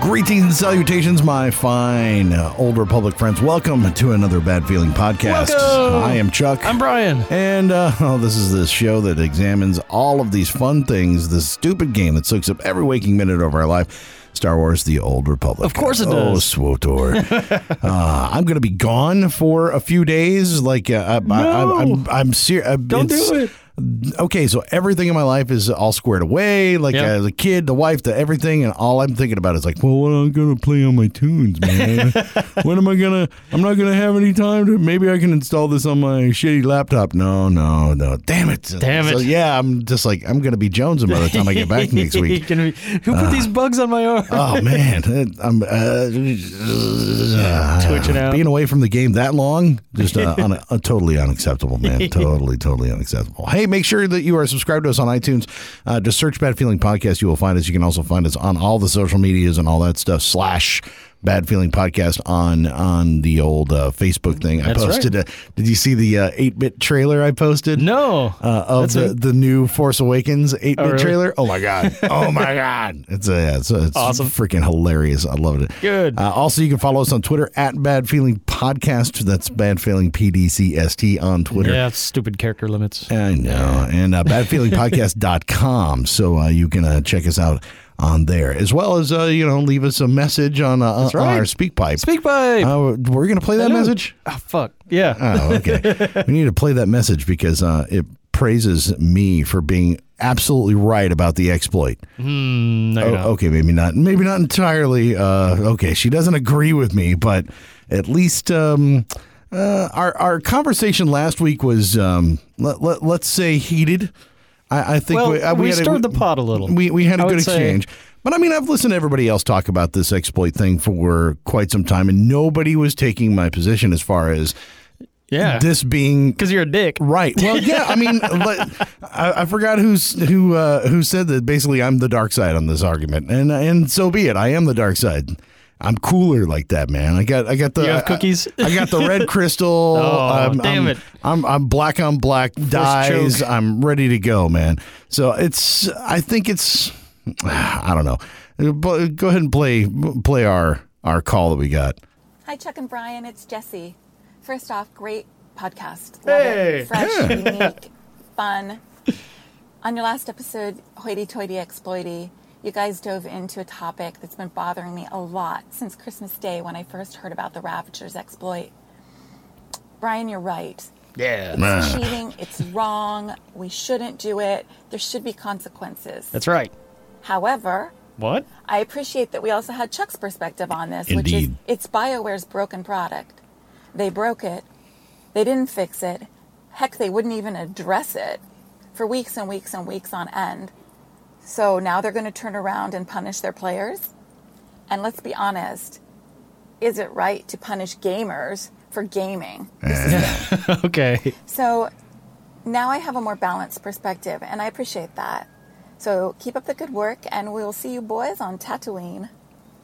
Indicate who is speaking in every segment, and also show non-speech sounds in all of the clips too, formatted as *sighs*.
Speaker 1: Greetings, salutations, my fine uh, Old Republic friends. Welcome to another Bad Feeling podcast.
Speaker 2: Welcome.
Speaker 1: I am Chuck.
Speaker 2: I'm Brian.
Speaker 1: and uh, *laughs* oh, this is the show that examines all of these fun things, this stupid game that soaks up every waking minute of our life. Star Wars: The Old Republic.
Speaker 2: Of course it
Speaker 1: oh,
Speaker 2: does.
Speaker 1: Swotor.
Speaker 2: *laughs*
Speaker 1: uh, I'm going to be gone for a few days. Like, uh, I,
Speaker 2: No.
Speaker 1: I, I'm, I'm serious.
Speaker 2: Don't do it.
Speaker 1: Okay, so everything in my life is all squared away. Like
Speaker 2: Yeah.
Speaker 1: as a kid, the wife, the everything, and all I'm thinking about is like, well, what am I gonna play on my tunes,
Speaker 2: *laughs*
Speaker 1: man? when am I gonna? I'm not gonna have any time to. Maybe I can install this on my shitty laptop. No, no, no. Damn it.
Speaker 2: Damn
Speaker 1: So,
Speaker 2: it.
Speaker 1: yeah, I'm just like I'm gonna be Jonesing by the time I get back next week.
Speaker 2: *laughs*
Speaker 1: Uh,
Speaker 2: Can we- who put these bugs on my arm? *laughs*
Speaker 1: Oh man, I'm uh,
Speaker 2: Twitching out.
Speaker 1: Being away from the game that long, just uh, un- uh, totally unacceptable,
Speaker 2: *laughs*
Speaker 1: man. totally, totally unacceptable. Hey, make sure that you are subscribed to us on iTunes. Uh, just search Bad Feeling Podcast. You will find us. You can also find us on all the social medias and all that stuff. Slash. Bad feeling podcast on on the old uh, Facebook thing. I
Speaker 2: That's right.
Speaker 1: posted. A, did you see the uh, eight bit trailer I posted?
Speaker 2: no.
Speaker 1: uh, of
Speaker 2: That's
Speaker 1: the, the new Force Awakens eight bit
Speaker 2: really?
Speaker 1: trailer. Oh my
Speaker 2: *laughs*
Speaker 1: god! Oh my god! It's a yeah, it's, it's
Speaker 2: Awesome.
Speaker 1: freaking hilarious. I love it.
Speaker 2: Good.
Speaker 1: Uh, also, you can follow us on Twitter at Bad Feeling Podcast. That's Bad Feeling PDCST on Twitter.
Speaker 2: yeah, stupid character limits.
Speaker 1: I know. And uh, badfeelingpodcast.com. *laughs* So uh, you can uh, check us out on there, as well as, uh, you know, leave us a message on, uh, on
Speaker 2: right.
Speaker 1: our speak pipe.
Speaker 2: Speak by.
Speaker 1: uh, we're going to play that
Speaker 2: Hello.
Speaker 1: message?
Speaker 2: Ah, fuck. Yeah.
Speaker 1: Oh,
Speaker 2: *laughs*
Speaker 1: okay. we need to play that message because uh, it praises me for being absolutely right about the exploit.
Speaker 2: Mm, no,
Speaker 1: Oh,
Speaker 2: you're not.
Speaker 1: okay, maybe not. Maybe not entirely. Uh, okay, she doesn't agree with me, but at least um, uh, our our conversation last week was um, let, let, us say heated. I, I think
Speaker 2: Well,
Speaker 1: uh,
Speaker 2: we
Speaker 1: had a-
Speaker 2: stirred the pot a little.
Speaker 1: We we had a
Speaker 2: I
Speaker 1: good
Speaker 2: would say-
Speaker 1: exchange. But I mean, I've listened to everybody else talk about this exploit thing for quite some time, and nobody was taking my position as far as
Speaker 2: yeah.
Speaker 1: this being
Speaker 2: Because you're a dick.
Speaker 1: Right. Well, yeah. I
Speaker 2: *laughs*
Speaker 1: mean, like, I, I forgot who's who uh, who said that. Basically, I'm the dark side on this argument, and and so be it. I am the dark side. I'm cooler like that, man. I got I got the
Speaker 2: You have
Speaker 1: I-
Speaker 2: cookies?
Speaker 1: I, got the
Speaker 2: *laughs*
Speaker 1: red crystal.
Speaker 2: Oh, damn
Speaker 1: I'm,
Speaker 2: it.
Speaker 1: I'm I'm black on black dyes.
Speaker 2: choke.
Speaker 1: I'm ready to go, man. So it's I think it's *sighs* I don't know. But Go ahead and play play our our call that we got.
Speaker 3: Hi, Chuck and Brian. It's Jesse. First off, great podcast. Love
Speaker 2: Hey.
Speaker 3: it. Fresh, unique, fun. On your last episode, Hoity Toity Exploity, you guys dove into a topic that's been bothering me a lot since Christmas Day when I first heard about the Ravagers exploit. Brian, you're right.
Speaker 2: Yeah.
Speaker 1: Ah.
Speaker 3: It's cheating. It's wrong. We shouldn't do it. There should be consequences.
Speaker 2: That's right.
Speaker 3: However,
Speaker 2: What?
Speaker 3: I appreciate that we also had Chuck's perspective on this, which is
Speaker 1: Indeed.
Speaker 3: it's BioWare's broken product. They broke it. They didn't fix it. Heck, they wouldn't even address it for weeks and weeks and weeks on end. So now they're going to turn around and punish their players? And let's be honest, is it right to punish gamers for gaming?
Speaker 2: *laughs* okay.
Speaker 3: So now I have a more balanced perspective, and I appreciate that. So keep up the good work, and we'll see you boys on Tatooine.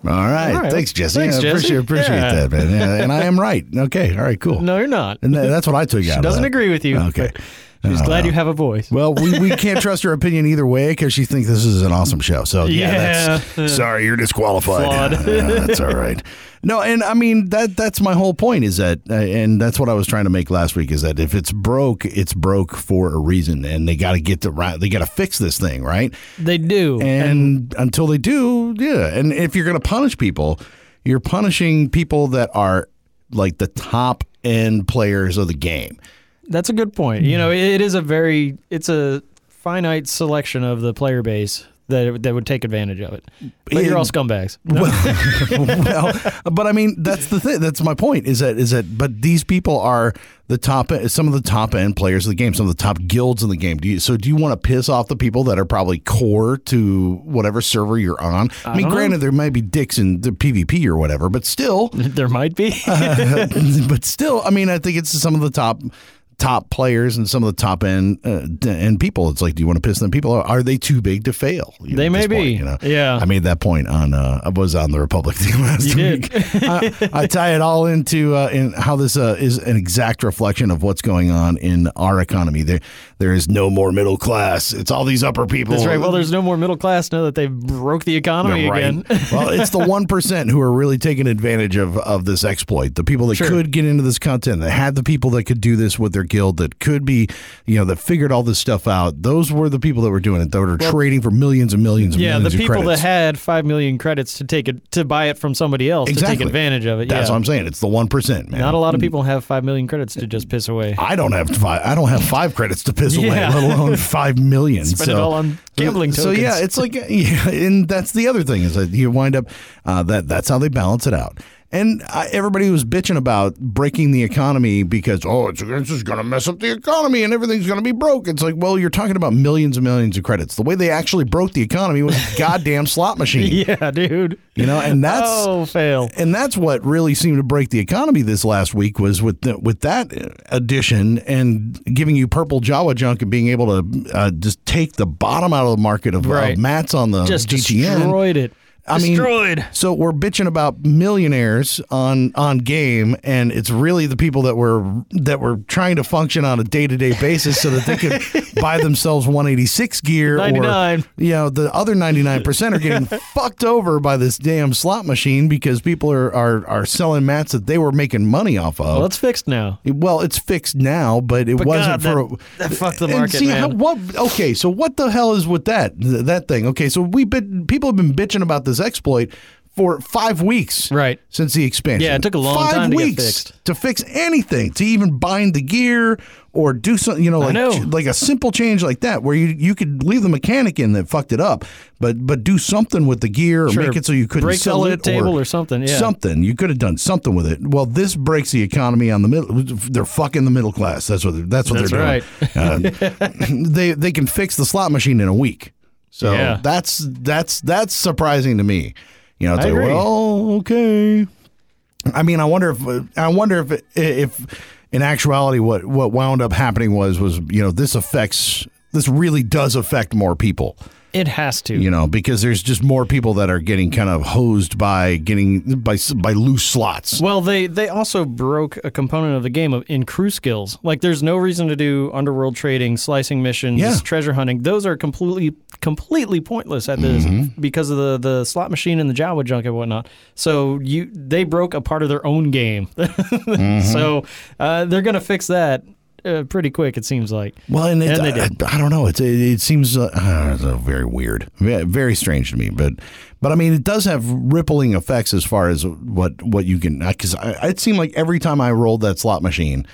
Speaker 1: All right.
Speaker 2: All right.
Speaker 1: Thanks, Jesse.
Speaker 2: Thanks,
Speaker 1: I appreciate,
Speaker 2: Jesse.
Speaker 1: appreciate
Speaker 2: Yeah.
Speaker 1: that, man. Yeah, and I am right. Okay. All right, cool.
Speaker 2: No, you're not.
Speaker 1: And tha- that's what I took out
Speaker 2: She
Speaker 1: of
Speaker 2: doesn't
Speaker 1: that.
Speaker 2: agree with you.
Speaker 1: Okay. Uh,
Speaker 2: but She's glad you have a voice.
Speaker 1: Well, we, we can't trust her opinion either way because she thinks this is an awesome show. So, yeah,
Speaker 2: *laughs*
Speaker 1: that's sorry, you're disqualified.
Speaker 2: Flawed.
Speaker 1: *laughs* Yeah, that's all right. No, and I mean that that's my whole point is that uh, and that's what I was trying to make last week is that if it's broke, it's broke for a reason and they got to get the right they got to fix this thing, right?
Speaker 2: they do.
Speaker 1: and until they do, yeah. And if you're going to punish people, you're punishing people that are like the top end players of the game. *laughs*
Speaker 2: That's a good point. You know, it is a very it's a finite selection of the player base that that would take advantage of it. But
Speaker 1: In-
Speaker 2: you're all scumbags. *laughs*
Speaker 1: well, but I mean, that's the thing. That's my point. Is that is that? But these people are the top, some of the top end players of the game, some of the top guilds in the game. Do you, so? Do you want to piss off the people that are probably core to whatever server you're on? I, mean,
Speaker 2: don't know.
Speaker 1: granted, there might be dicks in the PvP or whatever, but still,
Speaker 2: there
Speaker 1: *laughs*
Speaker 2: might be.
Speaker 1: Uh, but still, I mean, I think it's some of the top top players and some of the top end uh, d- end people. It's like, do you want to piss them people? off? Are they too big to fail? You
Speaker 2: They
Speaker 1: at
Speaker 2: may
Speaker 1: this point,
Speaker 2: be.
Speaker 1: you know?
Speaker 2: Yeah.
Speaker 1: I made that point on. Uh, I was on the Republic *laughs* team last
Speaker 2: You
Speaker 1: week.
Speaker 2: did.
Speaker 1: *laughs* I, I tie it all into uh, in how this uh, is an exact reflection of what's going on in our economy. There, there is no more middle class. It's all these upper people.
Speaker 2: That's right. Well, there's no more middle class now that they broke the economy
Speaker 1: Yeah, right.
Speaker 2: again.
Speaker 1: *laughs* well, it's the one percent who are really taking advantage of of this exploit. The people that
Speaker 2: Sure.
Speaker 1: could get into this content, that had the people that could do this with their guild, that could be, you know, that figured all this stuff out. Those were the people that were doing it. That were trading for millions and millions and
Speaker 2: *laughs* Yeah, the
Speaker 1: millions of
Speaker 2: people that
Speaker 1: credits.
Speaker 2: had five million credits to take it to buy it from somebody else to
Speaker 1: Exactly.
Speaker 2: take advantage of it.
Speaker 1: That's
Speaker 2: yeah.
Speaker 1: what I'm saying. Mm. It's the one percent, man.
Speaker 2: Not a lot of people have five million credits to just piss away. *laughs*
Speaker 1: I don't have five. I don't have five credits to piss away,
Speaker 2: Yeah.
Speaker 1: let
Speaker 2: *laughs*
Speaker 1: alone five million.
Speaker 2: Spend
Speaker 1: so,
Speaker 2: it all on gambling
Speaker 1: So yeah,
Speaker 2: tokens.
Speaker 1: it's like yeah, and that's the other thing is that you wind up uh, that that's how they balance it out. And I, everybody was bitching about breaking the economy because oh, it's, it's just going to mess up the economy and everything's going to be broke. It's like well, you're talking about millions and millions of credits. The way they actually broke the economy was
Speaker 2: *laughs*
Speaker 1: a goddamn slot machine.
Speaker 2: Yeah, dude.
Speaker 1: You know, and that's uh,
Speaker 2: oh, fail.
Speaker 1: and that's what really seemed to break the economy this last week was with the, with that addition and giving you purple Jawa junk and being able to uh, just take the bottom out of the market of,
Speaker 2: Right.
Speaker 1: of mats on the
Speaker 2: Just
Speaker 1: GTN.
Speaker 2: destroyed it.
Speaker 1: I mean,
Speaker 2: destroyed.
Speaker 1: So we're bitching about millionaires on on game, and it's really the people that were that were trying to function on a day to day basis so that they
Speaker 2: *laughs*
Speaker 1: could buy themselves 186 gear
Speaker 2: 99.
Speaker 1: or you know the other 99 percent are
Speaker 2: *laughs*
Speaker 1: getting fucked over by this damn slot machine because people are are, are selling mats that they were making money off of.
Speaker 2: well, it's fixed now.
Speaker 1: Well, it's fixed now, but it
Speaker 2: But
Speaker 1: wasn't
Speaker 2: God,
Speaker 1: for
Speaker 2: that- that fucked the
Speaker 1: And
Speaker 2: market,
Speaker 1: see
Speaker 2: man.
Speaker 1: how- what? Okay, so what the hell is with that th- that thing? Okay, so we been people have been bitching about this exploit for five weeks,
Speaker 2: Right.
Speaker 1: Since the expansion,
Speaker 2: Yeah, it took a long
Speaker 1: five
Speaker 2: time to get
Speaker 1: weeks
Speaker 2: fixed.
Speaker 1: to fix anything, to even bind the gear or do something. You know, like
Speaker 2: know.
Speaker 1: like a simple change like that, where you you could leave the mechanic in that fucked it up, but but do something with the gear or
Speaker 2: Sure,
Speaker 1: make it so you couldn't
Speaker 2: break the
Speaker 1: sell
Speaker 2: loot
Speaker 1: it
Speaker 2: table or something, yeah.
Speaker 1: something something. You could have done something with it. Well, this breaks the economy on the middle. They're fucking the middle class. That's what they're, that's what
Speaker 2: That's
Speaker 1: they're doing. Uh,
Speaker 2: *laughs*
Speaker 1: they they can fix the slot machine in a week. So
Speaker 2: Yeah.
Speaker 1: that's that's that's surprising to me. You know, it's
Speaker 2: I
Speaker 1: like,
Speaker 2: agree.
Speaker 1: well, okay. I mean, I wonder if I wonder if if in actuality what what wound up happening was was you know this affects this really does affect more people
Speaker 2: It has to.
Speaker 1: you know, because there's just more people that are getting kind of hosed by getting by by loose slots.
Speaker 2: Well, they they also broke a component of the game of, in crew skills. Like, there's no reason to do underworld trading, slicing missions,
Speaker 1: Yeah.
Speaker 2: treasure hunting. Those are completely completely pointless at this
Speaker 1: Mm-hmm.
Speaker 2: because of the, the slot machine and the Jawa junk and whatnot. So you they broke a part of their own game. *laughs*
Speaker 1: Mm-hmm.
Speaker 2: So uh, they're gonna fix that uh, pretty quick. It seems like.
Speaker 1: Well, and, it,
Speaker 2: And they
Speaker 1: I,
Speaker 2: did.
Speaker 1: I don't know. It's, it it seems uh, I don't know, very weird, Ve- very strange to me. But but I mean, it does have rippling effects as far as what what you can because it seemed like every time I rolled that slot machine,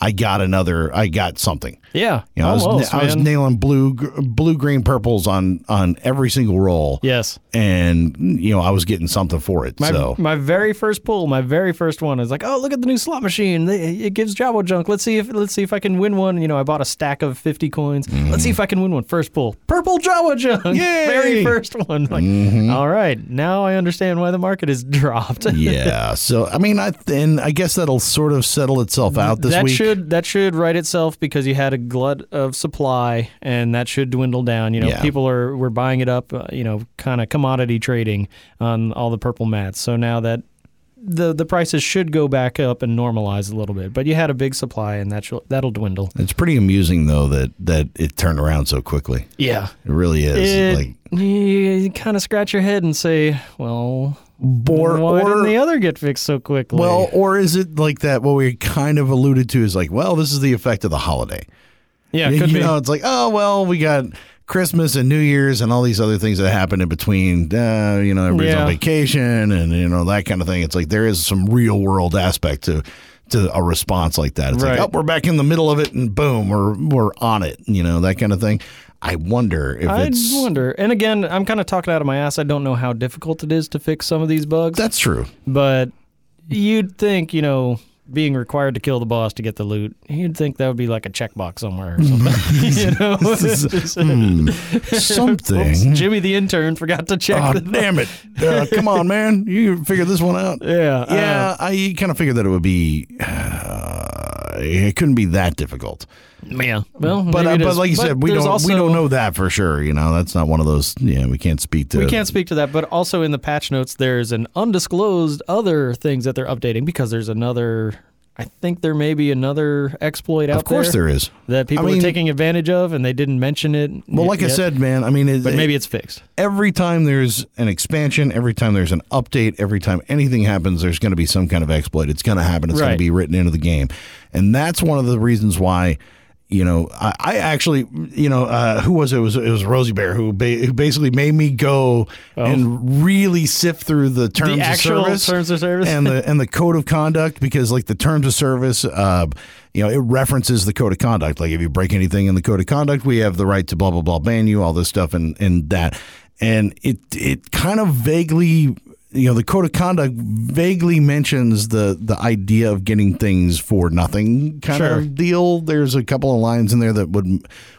Speaker 1: I got another. I got something.
Speaker 2: Yeah,
Speaker 1: You know, I, was,
Speaker 2: almost,
Speaker 1: na- I was
Speaker 2: man.
Speaker 1: nailing blue, gr- blue, green, purples on on every single roll.
Speaker 2: Yes.
Speaker 1: and you know I was getting something for it.
Speaker 2: My,
Speaker 1: so
Speaker 2: my very first pull, my very first one is like, oh, look at the new slot machine. They- It gives Jabo junk. Let's see if let's see if I can win one. You know, I bought a stack of fifty coins. Let's see if I can win one. First pull, purple Jabo junk.
Speaker 1: Mm-hmm.
Speaker 2: *laughs*
Speaker 1: Yay! Mm-hmm.
Speaker 2: Very first one. Like, all right, now I understand why the market is dropped. *laughs*
Speaker 1: yeah. So I mean, I and I guess that'll sort of settle itself out this
Speaker 2: that
Speaker 1: week.
Speaker 2: should that should right itself because you had a glut of supply and that should dwindle down. You know,
Speaker 1: Yeah.
Speaker 2: people are were buying it up. Uh, you know, kind of commodity trading on all the purple mats. So now that the the prices should go back up and normalize a little bit, but you had a big supply and that shall- that'll dwindle.
Speaker 1: it's pretty amusing though that that it turned around so quickly.
Speaker 2: Yeah.
Speaker 1: It really is. like
Speaker 2: you kind of scratch your head and say, "Well,
Speaker 1: or or
Speaker 2: why didn't the other get fixed so quickly?"
Speaker 1: well, or is it like that? What we kind of alluded to is like, well, this is the effect of the holiday.
Speaker 2: yeah,
Speaker 1: you
Speaker 2: could be.
Speaker 1: know, it's like, oh well, we got Christmas and New Year's and all these other things that happen in between. Uh, you know, everybody's on
Speaker 2: Yeah.
Speaker 1: vacation and you know that kind of thing. It's like there is some real world aspect to to a response like that. It's
Speaker 2: Right.
Speaker 1: like, oh, we're back in the middle of it, and boom, we're we're on it. You know, that kind of thing. I wonder if
Speaker 2: I
Speaker 1: it's
Speaker 2: wonder. And again, I'm kind of talking out of my ass. I don't know how difficult it is to fix some of these bugs,
Speaker 1: that's true.
Speaker 2: but you'd think, you know, being required to kill the boss to get the loot, you'd think that would be like a checkbox somewhere or something. *laughs*
Speaker 1: *laughs*
Speaker 2: you know? *laughs*
Speaker 1: Hmm.
Speaker 2: *laughs* Oops,
Speaker 1: something.
Speaker 2: Jimmy the intern forgot to check.
Speaker 1: Oh
Speaker 2: the-
Speaker 1: damn it! Uh, come on, man, you figure this one out.
Speaker 2: *laughs* Yeah, uh, I
Speaker 1: yeah. I kind of figured that it would be. Uh, it couldn't be that difficult.
Speaker 2: Yeah. Well,
Speaker 1: But
Speaker 2: maybe
Speaker 1: uh,
Speaker 2: it
Speaker 1: but
Speaker 2: is.
Speaker 1: like you said, we
Speaker 2: there's
Speaker 1: don't we
Speaker 2: also-
Speaker 1: don't know that for sure. You know, that's not one of those. Yeah, we can't speak to.
Speaker 2: We can't speak to that, but also in the patch notes, there's an undisclosed other things that they're updating because there's another. I think there may be another exploit out
Speaker 1: Of course,
Speaker 2: there,
Speaker 1: there is.
Speaker 2: that people
Speaker 1: I
Speaker 2: are
Speaker 1: mean-
Speaker 2: taking advantage of, and they didn't mention it.
Speaker 1: Well, like I
Speaker 2: yet.
Speaker 1: said, man. I mean, it,
Speaker 2: but maybe it's fixed.
Speaker 1: every time there's an expansion, every time there's an update, every time anything happens, there's going to be some kind of exploit. It's going to happen. It's going
Speaker 2: Right.
Speaker 1: to be written into the game, and that's one of the reasons why. You know, I, I actually, you know, uh, who was it? it? Was it was Rosie Bear who, ba- who basically made me go and really sift through the terms
Speaker 2: Oh. actual
Speaker 1: of service,
Speaker 2: terms of service?
Speaker 1: and the and the code of conduct because like the terms of service, uh, you know, it references the code of conduct. Like if you break anything in the code of conduct, we have the right to blah blah blah ban you, all this stuff and and that. And it it kind of vaguely you know the code of conduct vaguely mentions the the idea of getting things for nothing kind
Speaker 2: Sure.
Speaker 1: of deal there's a couple of lines in there that would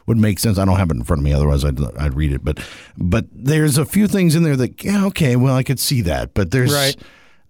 Speaker 1: would make sense i don't have it in front of me otherwise i'd, I'd read it but but there's a few things in there that yeah okay well i could see that but there's
Speaker 2: Right.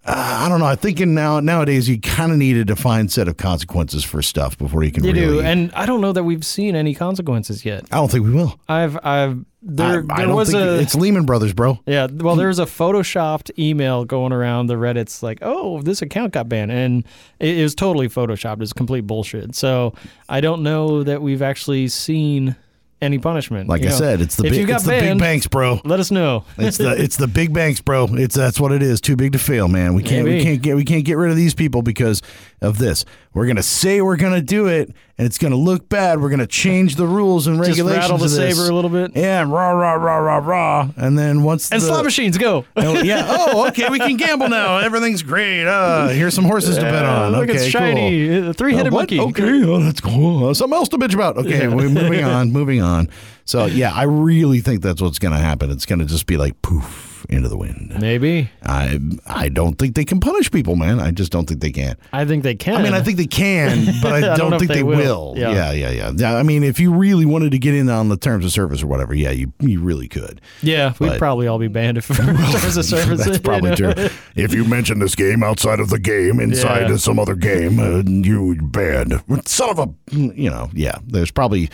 Speaker 1: uh, I don't know. I think in now nowadays you kind of need a defined set of consequences for stuff before you can
Speaker 2: You
Speaker 1: really.
Speaker 2: do, and I don't know that we've seen any consequences yet.
Speaker 1: I don't think we will.
Speaker 2: I've, I've,
Speaker 1: I-
Speaker 2: there,
Speaker 1: I,
Speaker 2: there
Speaker 1: don't
Speaker 2: was
Speaker 1: think
Speaker 2: a.
Speaker 1: it's Lehman Brothers, bro.
Speaker 2: Yeah, well,
Speaker 1: *laughs*
Speaker 2: there's a photoshopped email going around the Reddit's like, oh, this account got banned, and it, it was totally photoshopped. It's complete bullshit. So I don't know that we've actually seen any punishment.
Speaker 1: Like
Speaker 2: you
Speaker 1: I
Speaker 2: know.
Speaker 1: said, it's the
Speaker 2: if you
Speaker 1: big,
Speaker 2: got
Speaker 1: it's the big
Speaker 2: banned,
Speaker 1: banks, bro.
Speaker 2: let us know. *laughs*
Speaker 1: It's the it's the big banks, bro. It's that's what it is. Too big to fail, man. We can't we
Speaker 2: Maybe.
Speaker 1: can't get we can't get rid of these people because of this. We're gonna say we're gonna do it, and it's gonna look bad. We're gonna change the rules and
Speaker 2: Just
Speaker 1: regulations.
Speaker 2: rattle the
Speaker 1: of this.
Speaker 2: saber a little bit.
Speaker 1: Yeah, and rah rah rah rah rah. And then once
Speaker 2: And
Speaker 1: the,
Speaker 2: slot machines go.
Speaker 1: Oh, yeah. Oh, okay. We can gamble now. Everything's great. Uh, here's some horses to bet on.
Speaker 2: Look,
Speaker 1: okay,
Speaker 2: it's shiny.
Speaker 1: cool.
Speaker 2: Uh, Three-headed
Speaker 1: Uh, what?
Speaker 2: monkey.
Speaker 1: Okay, oh, that's cool. Uh, something else to bitch about. Okay, we're moving
Speaker 2: *laughs*
Speaker 1: on, moving on. So, yeah, I really think that's what's going to happen. It's going to just be like poof into the wind.
Speaker 2: Maybe.
Speaker 1: I I don't think they can punish people, man. I just don't think they can.
Speaker 2: I think they can.
Speaker 1: I mean, I think they
Speaker 2: *laughs*
Speaker 1: can, but I don't,
Speaker 2: don't know if
Speaker 1: think
Speaker 2: they
Speaker 1: they, will.
Speaker 2: will. Yeah.
Speaker 1: Yeah. yeah, yeah, yeah. I mean, if you really wanted to get in on the terms of service or whatever, yeah, you you really could.
Speaker 2: Yeah, we'd
Speaker 1: but-
Speaker 2: probably all be banned if *laughs* terms of service.
Speaker 1: *laughs* That's
Speaker 2: you
Speaker 1: probably
Speaker 2: know?
Speaker 1: true. If you mention this game outside of the game, inside
Speaker 2: Yeah.
Speaker 1: of some other game, uh, you banned. Son of a, you know, yeah. There's probably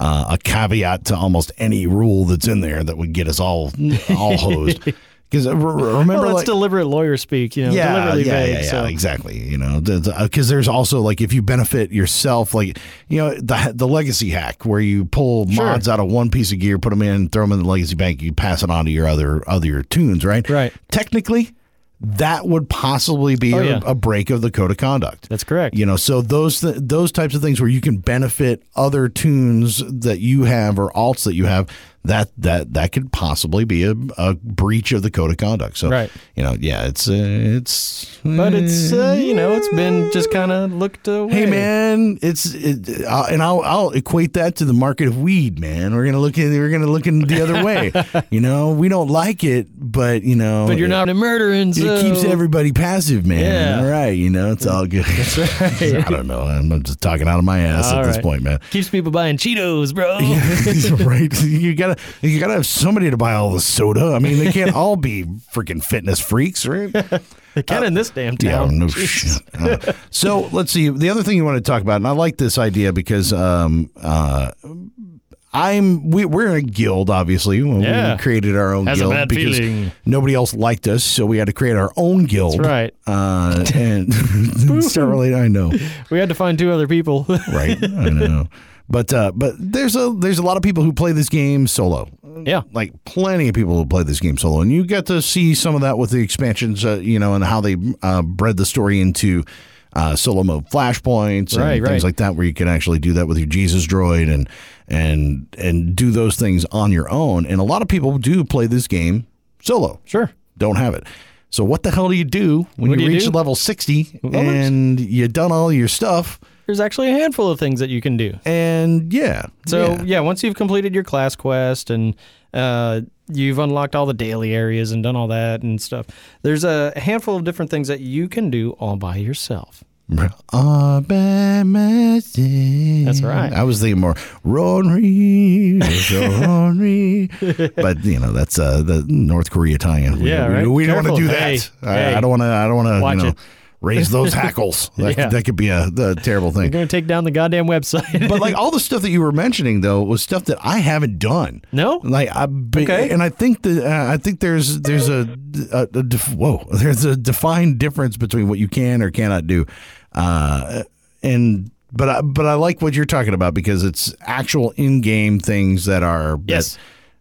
Speaker 1: uh, a caveat to almost any rule that's in there that would get us all all
Speaker 2: *laughs*
Speaker 1: hosed. Because uh, remember,
Speaker 2: Well, that's
Speaker 1: like,
Speaker 2: deliberate lawyer speak. You know,
Speaker 1: yeah,
Speaker 2: deliberately
Speaker 1: yeah,
Speaker 2: vague.
Speaker 1: yeah, yeah,
Speaker 2: so.
Speaker 1: exactly. You know, because there's also like if you benefit yourself, like you know the the legacy hack where you pull mods out of one piece of gear, put them in, throw them in the legacy bank, you pass it on to your other other your tunes, right?
Speaker 2: Right.
Speaker 1: Technically, that would possibly be
Speaker 2: Oh,
Speaker 1: a,
Speaker 2: yeah.
Speaker 1: a break of the code of conduct.
Speaker 2: That's correct.
Speaker 1: You know, so those th- those types of things where you can benefit other tunes that you have or alts that you have, that that that could possibly be a, a breach of the code of conduct. So,
Speaker 2: Right.
Speaker 1: you know, yeah, it's uh, it's.
Speaker 2: But it's uh, you know it's been just kind of looked away.
Speaker 1: Hey man, it's it, uh, and I'll, I'll equate that to the market of weed, man. We're gonna look in, we're gonna look in the other
Speaker 2: *laughs*
Speaker 1: way. you know, we don't like it, but you know,
Speaker 2: But you're not a murdering.
Speaker 1: It,
Speaker 2: so.
Speaker 1: keeps everybody passive, man.
Speaker 2: Yeah.
Speaker 1: All right, you know, it's all
Speaker 2: *laughs*
Speaker 1: good. *laughs* I don't know. I'm I'm just talking out of my ass at
Speaker 2: All
Speaker 1: this
Speaker 2: right.
Speaker 1: point,
Speaker 2: *laughs*
Speaker 1: man. *laughs*
Speaker 2: keeps people buying Cheetos, bro. *laughs*
Speaker 1: right? You gotta you gotta have somebody to buy all the soda. I mean, they can't all be freaking fitness freaks,
Speaker 2: *laughs*
Speaker 1: right?
Speaker 2: They can in this damn town.
Speaker 1: Yeah, no shit. *laughs* Uh, so let's see. The other thing you want to talk about, and I like this idea because um, uh, I'm we, we're in a guild, obviously. When
Speaker 2: Yeah.
Speaker 1: We created our own
Speaker 2: Has a
Speaker 1: guild
Speaker 2: bad
Speaker 1: because
Speaker 2: feeling.
Speaker 1: nobody else liked us, so we had to create our own guild.
Speaker 2: right.
Speaker 1: Uh, and *laughs* start relating. I know
Speaker 2: We had to find two other people. *laughs*
Speaker 1: right? I know. But uh, but there's a there's a lot of people who play this game solo.
Speaker 2: Yeah.
Speaker 1: like plenty of people who play this game solo, and you get to see some of that with the expansions, uh, you know, and how they uh, bred the story into. Uh, solo mode flashpoints and
Speaker 2: Right,
Speaker 1: things
Speaker 2: right.
Speaker 1: like that, where you can actually do that with your Jesus droid and and and do those things on your own. And a lot of people do play this game solo
Speaker 2: sure.
Speaker 1: don't have it. So what the hell do you do when
Speaker 2: What
Speaker 1: you
Speaker 2: do you
Speaker 1: reach
Speaker 2: do?
Speaker 1: level 60
Speaker 2: there's-
Speaker 1: and you done all your stuff
Speaker 2: there's actually a handful of things that you can do.
Speaker 1: And yeah.
Speaker 2: So yeah,
Speaker 1: yeah.
Speaker 2: once you've completed your class quest and uh, you've unlocked all the daily areas and done all that and stuff, there's a handful of different things that you can do all by yourself.
Speaker 1: All by myself.
Speaker 2: That's right.
Speaker 1: I was thinking more Rory, Rory, but you know that's uh, the North Korea tie-in. We,
Speaker 2: Yeah,
Speaker 1: we-
Speaker 2: right?
Speaker 1: we don't want to
Speaker 2: Careful.
Speaker 1: do that.
Speaker 2: Hey,
Speaker 1: I,
Speaker 2: hey.
Speaker 1: I don't want to. I don't want
Speaker 2: Watch
Speaker 1: to. You know,
Speaker 2: it.
Speaker 1: raise those hackles. That,
Speaker 2: Yeah.
Speaker 1: that could be a, a terrible
Speaker 2: You're
Speaker 1: thing.
Speaker 2: going to take down the goddamn website. *laughs*
Speaker 1: but like all the stuff that you were mentioning though was stuff that I haven't done.
Speaker 2: No?
Speaker 1: like I be,
Speaker 2: Okay.
Speaker 1: and I think that uh, I think there's there's a, a, a def, whoa *laughs* there's a defined difference between what you can or cannot do, uh, and but I, but I like what you're talking about because it's actual in game things that are that-
Speaker 2: Yes.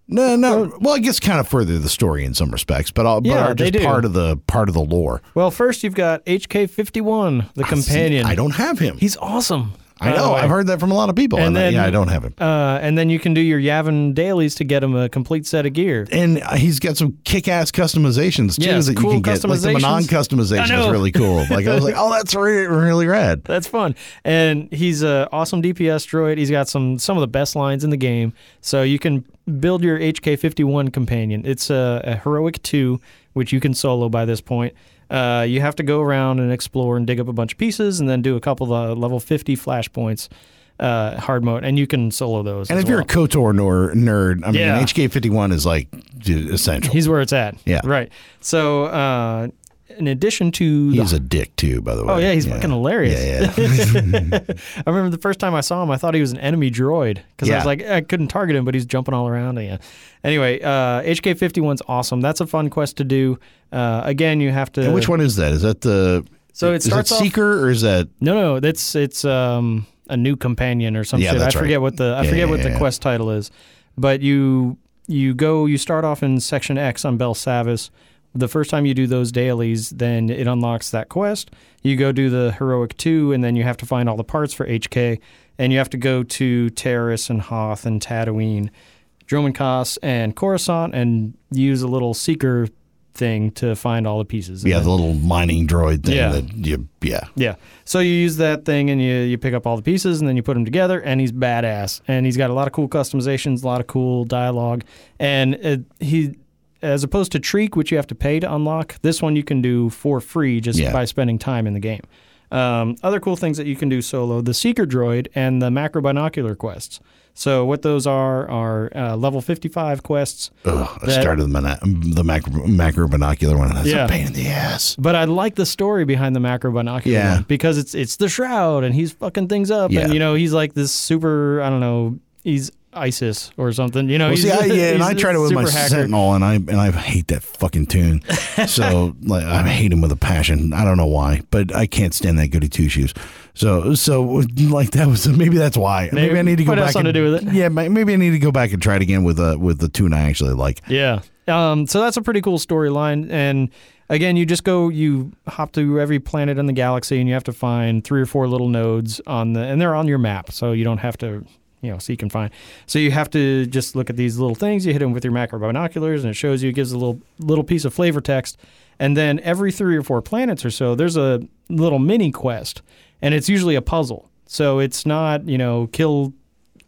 Speaker 1: no, no. Well, I guess kind of further the story in some respects, but, all, but
Speaker 2: Yeah,
Speaker 1: are
Speaker 2: they
Speaker 1: just
Speaker 2: do.
Speaker 1: part of the part of the lore.
Speaker 2: well, first you've got HK51, the companion.
Speaker 1: I don't have him.
Speaker 2: He's awesome.
Speaker 1: I
Speaker 2: by the
Speaker 1: know.
Speaker 2: way.
Speaker 1: I've heard that from a lot of people. And,
Speaker 2: And then-
Speaker 1: yeah, I don't have him.
Speaker 2: Uh, and then you can do your Yavin dailies to get him a complete set of gear.
Speaker 1: and he's got some kick-ass customizations too
Speaker 2: Yes,
Speaker 1: that
Speaker 2: cool
Speaker 1: you can get. Like the
Speaker 2: customizations.
Speaker 1: Manon
Speaker 2: I
Speaker 1: customization is
Speaker 2: know.
Speaker 1: really cool. Like I was
Speaker 2: *laughs*
Speaker 1: like, oh, that's really, really rad.
Speaker 2: That's fun. And he's a awesome DPS droid. He's got some some of the best lines in the game. So you can build your HK51 companion. It's a, a heroic 2 which you can solo by this point. Uh, you have to go around and explore and dig up a bunch of pieces and then do a couple of the level 50 flashpoints uh, hard mode and you can solo those.
Speaker 1: And
Speaker 2: as
Speaker 1: if you're a
Speaker 2: well.
Speaker 1: KOTOR nor, nerd, I mean,
Speaker 2: Yeah.
Speaker 1: HK51 is like dude, essential. He's,
Speaker 2: He's where it's at.
Speaker 1: Yeah.
Speaker 2: Right. So uh, in addition to the
Speaker 1: a dick too, by the way.
Speaker 2: Oh yeah, he's fucking hilarious.
Speaker 1: Yeah, *laughs*
Speaker 2: *laughs*
Speaker 1: yeah.
Speaker 2: I remember the first time I saw him, I thought he was an enemy droid because I
Speaker 1: Yeah.
Speaker 2: was like, I couldn't target him, but he's jumping all around. Yeah. Anyway, uh, HK51's awesome. That's a fun quest to do. Uh, again, you have to.
Speaker 1: And which one is that? Is that the
Speaker 2: So it
Speaker 1: is that
Speaker 2: starts off-
Speaker 1: Seeker or is that
Speaker 2: No, no, that's it's um, a new companion or some
Speaker 1: Yeah,
Speaker 2: shit.
Speaker 1: that's
Speaker 2: I
Speaker 1: right.
Speaker 2: forget what the I
Speaker 1: Yeah,
Speaker 2: forget
Speaker 1: yeah,
Speaker 2: what
Speaker 1: yeah,
Speaker 2: the
Speaker 1: yeah.
Speaker 2: quest title is, but you you go you start off in section X on Bell Savis. The first time you do those dailies, then it unlocks that quest. You go do the heroic two, and then you have to find all the parts for HK, and you have to go to Terrace and Hoth and Tatooine, Dromancos and Coruscant, and use a little seeker thing to find all the pieces. And
Speaker 1: yeah
Speaker 2: then-
Speaker 1: the little mining droid thing?
Speaker 2: Yeah.
Speaker 1: That you, yeah.
Speaker 2: yeah. So you use that thing and you, you pick up all the pieces and then you put them together and he's badass and he's got a lot of cool customizations, a lot of cool dialogue and it, he as opposed to Treek, which you have to pay to unlock, this one you can do for free just
Speaker 1: Yeah.
Speaker 2: by spending time in the game. Um, other cool things that you can do solo: the Seeker Droid and the Macro Binocular quests. So what those are are uh, level fifty-five quests.
Speaker 1: Ugh, I
Speaker 2: That-
Speaker 1: started the, mana- the macro, macro binocular one. And that's
Speaker 2: Yeah.
Speaker 1: a pain in the ass.
Speaker 2: But I like the story behind the macro binocular
Speaker 1: Yeah.
Speaker 2: one because it's it's the shroud and he's fucking things up
Speaker 1: Yeah.
Speaker 2: and you know he's like this super I don't know he's ISIS or something you know
Speaker 1: Well,
Speaker 2: he's,
Speaker 1: see,
Speaker 2: *laughs*
Speaker 1: I, yeah, and
Speaker 2: he's
Speaker 1: I
Speaker 2: a
Speaker 1: tried it with my
Speaker 2: super hacker.
Speaker 1: Sentinel, and I and I hate that fucking
Speaker 2: *laughs*
Speaker 1: tune. So like, I hate him with a passion. I don't know why, but I can't stand that goody two shoes. So so like that was maybe that's why. Maybe,
Speaker 2: Maybe-
Speaker 1: I need to go
Speaker 2: might have
Speaker 1: back.
Speaker 2: something
Speaker 1: and,
Speaker 2: to do with it.
Speaker 1: Yeah, may- maybe I need to go back and try it again with uh, with the tune I actually like.
Speaker 2: Yeah. Um, so that's a pretty cool storyline. And again, you just go, you hop to every planet in the galaxy, and you have to find three or four little nodes on the, and they're on your map, so you don't have to, you know, seek and find. So you have to just look at these little things. You hit them with your macro binoculars, and it shows you, it gives a little little piece of flavor text. And then every three or four planets or so, there's a little mini quest, and it's usually a puzzle. So it's not, you know, kill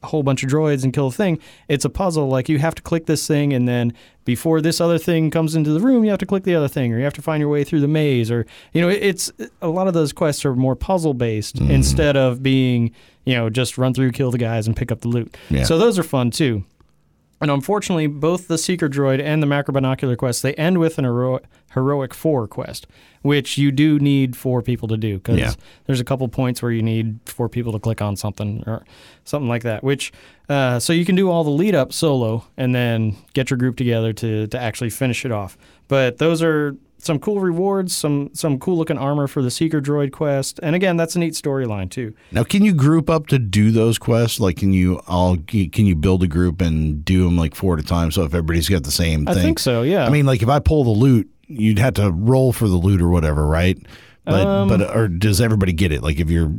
Speaker 2: a whole bunch of droids and kill a thing. It's a puzzle. Like you have to click this thing, and then before this other thing comes into the room, you have to click the other thing, or you have to find your way through the maze, or you know, it- it's a lot of those quests are more puzzle based instead of being you know just run through, kill the guys, and pick up the loot.
Speaker 1: Yeah.
Speaker 2: So those are fun too. And unfortunately, both the Seeker Droid and the Macro Binocular quest they end with an hero- heroic four quest, which you do need four people to do because
Speaker 1: Yeah.
Speaker 2: there's a couple points where you need four people to click on something or something like that. Which uh, so you can do all the lead up solo and then get your group together to to actually finish it off. But those are some cool rewards, some some cool looking armor for the Seeker Droid quest, and again, that's a neat storyline too.
Speaker 1: Now, can you group up to do those quests? Like, can you all can you build a group and do them like four at a time? So if everybody's got the same
Speaker 2: I
Speaker 1: thing,
Speaker 2: think so. Yeah.
Speaker 1: I mean, like if I pull the loot, you'd have to roll for the loot or whatever, right? But
Speaker 2: Um,
Speaker 1: but or does everybody get it? Like if you're,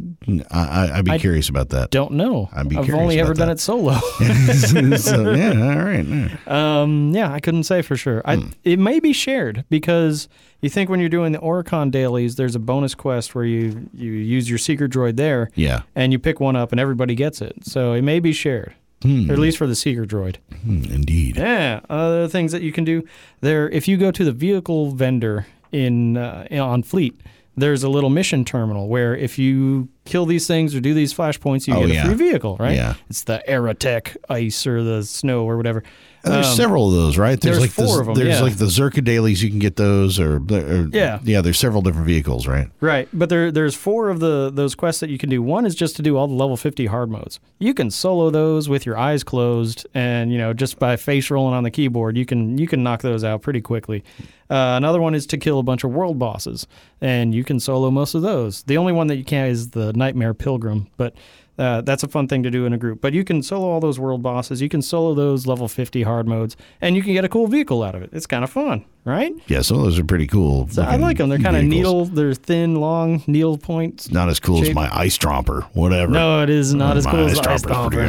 Speaker 1: I, I- I'd be
Speaker 2: I
Speaker 1: curious about that.
Speaker 2: Don't know.
Speaker 1: I'd be
Speaker 2: I've
Speaker 1: curious
Speaker 2: only ever
Speaker 1: about
Speaker 2: done
Speaker 1: that.
Speaker 2: it solo. *laughs*
Speaker 1: *laughs* so, yeah, all right. yeah.
Speaker 2: Um, yeah, I couldn't say for sure.
Speaker 1: Hmm.
Speaker 2: I, It may be shared because you think when you're doing the Oricon dailies, there's a bonus quest where you you use your seeker droid there.
Speaker 1: Yeah.
Speaker 2: and you pick one up, and everybody gets it. So it may be shared, or at least for the seeker droid.
Speaker 1: Hmm, indeed.
Speaker 2: Yeah, other things that you can do there. If you go to the vehicle vendor in, uh, in- on Fleet, there's a little mission terminal where if you kill these things or do these flashpoints, you
Speaker 1: Oh,
Speaker 2: get a
Speaker 1: yeah.
Speaker 2: free vehicle. Right?
Speaker 1: Yeah.
Speaker 2: It's the Aerotech ice or the snow or whatever.
Speaker 1: And there's
Speaker 2: Um,
Speaker 1: several of those, right?
Speaker 2: there's
Speaker 1: like the-
Speaker 2: four of 'em,
Speaker 1: There's
Speaker 2: yeah.
Speaker 1: like the Zerka dailies. You can get those, or, or
Speaker 2: Yeah.
Speaker 1: yeah. There's several different vehicles, right?
Speaker 2: Right, but there there's four of the those quests that you can do. One is just to do all the level 50 hard modes. You can solo those with your eyes closed, and you know just by face rolling on the keyboard, you can you can knock those out pretty quickly. Uh, another one is to kill a bunch of world bosses, and you can solo most of those. The only one that you can't is the Nightmare Pilgrim, but uh, that's a fun thing to do in a group. But you can solo all those world bosses, you can solo those level 50 hard modes, and you can get a cool vehicle out of it. It's kind of fun, right?
Speaker 1: Yeah, some of those are pretty cool.
Speaker 2: So I
Speaker 1: looking
Speaker 2: like them. They're kind of
Speaker 1: vehicles.
Speaker 2: needle. They're thin, long needle points.
Speaker 1: Not as cool as
Speaker 2: shape.
Speaker 1: my ice tromper, whatever.
Speaker 2: No, it is not as
Speaker 1: my
Speaker 2: cool as Ice
Speaker 1: Tromper's pretty-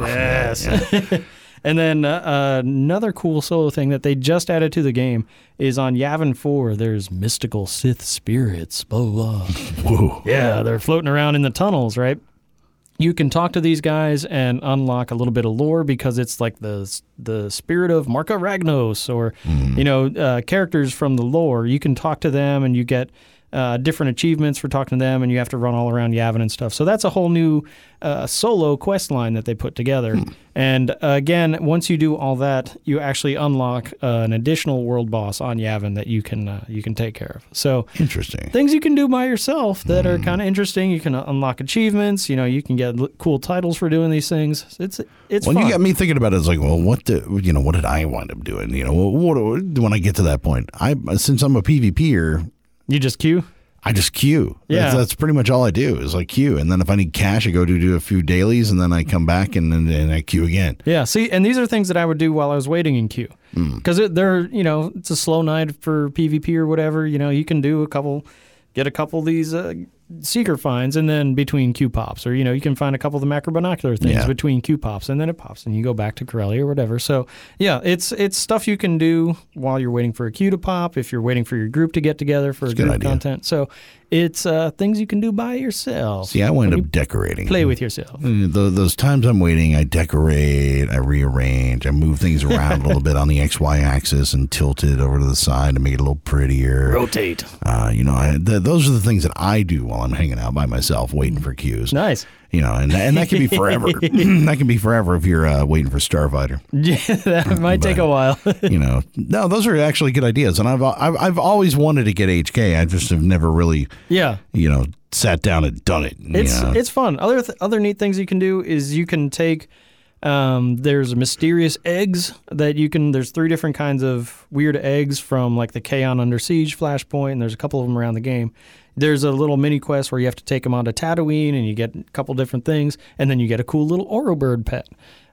Speaker 1: *laughs*
Speaker 2: *laughs* Yes. *laughs* and then uh, another cool solo thing that they just added to the game is on Yavin 4, there's mystical Sith spirits. Blah, blah.
Speaker 1: Whoa.
Speaker 2: Yeah, Uh, they're floating around in the tunnels, right? You can talk to these guys and unlock a little bit of lore because it's like the the spirit of Marka Ragnos or you know uh, characters from the lore. You can talk to them and you get uh, different achievements for talking to them, and you have to run all around Yavin and stuff. So that's a whole new uh, solo quest line that they put together. And uh, again, once you do all that, you actually unlock uh, an additional world boss on Yavin that you can uh, you can take care of. So
Speaker 1: Interesting.
Speaker 2: things you can do by yourself that
Speaker 1: Hmm.
Speaker 2: are kind of interesting. You can uh, unlock achievements. You know, you can get l- cool titles for doing these things. It's it's
Speaker 1: When
Speaker 2: fun.
Speaker 1: you got me thinking about it, it's like, well, what do you know? What did I wind up doing? You know, what, what when I get to that point, I since I'm a PvPer,
Speaker 2: You just queue.
Speaker 1: I just queue.
Speaker 2: Yeah.
Speaker 1: that's, that's pretty much all I do is like queue, and then if I need cash, I go to do a few dailies, and then I come back and and, and I queue again.
Speaker 2: Yeah. See, and these are things that I would do while I was waiting in queue
Speaker 1: Hmm.
Speaker 2: because they're you know it's a slow night for PvP or whatever. You know, you can do a couple, get a couple of these. Uh, Seeker finds, and then between queue pops, or you know, you can find a couple of the macro binocular things
Speaker 1: Yeah.
Speaker 2: between queue pops, and then it pops, and you go back to Corelli or whatever. So, yeah, it's it's stuff you can do while you're waiting for a queue to pop, if you're waiting for your group to get together for
Speaker 1: good
Speaker 2: group
Speaker 1: idea.
Speaker 2: content. So, it's uh, things you can do by yourself.
Speaker 1: See, I wind up decorating.
Speaker 2: Play with yourself.
Speaker 1: Mm, tho- those times I'm waiting, I decorate, I rearrange, I move things around a little bit on the X Y axis and tilt it over to the side to make it a little prettier.
Speaker 2: Rotate.
Speaker 1: Uh, you know, I, th- those are the things that I do while I'm hanging out by myself, waiting for cues.
Speaker 2: Nice. *laughs*
Speaker 1: You know, and, and that can be forever. *clears throat* that can be forever if you're uh, waiting for Starfighter.
Speaker 2: Yeah, that might take a while. *laughs*
Speaker 1: You know, no, those are actually good ideas, and I've, uh, I've I've always wanted to get HK. I just have never really,
Speaker 2: yeah.
Speaker 1: you know, sat down and done it. you
Speaker 2: It's
Speaker 1: know.
Speaker 2: it's fun. Other th- other neat things you can do is you can take um, there's mysterious eggs that you can. There's three different kinds of weird eggs from like the Kaon Under Siege flashpoint, and there's a couple of them around the game. There's a little mini quest where you have to take them onto Tatooine, and you get a couple different things, and then you get a cool little Oro bird pet.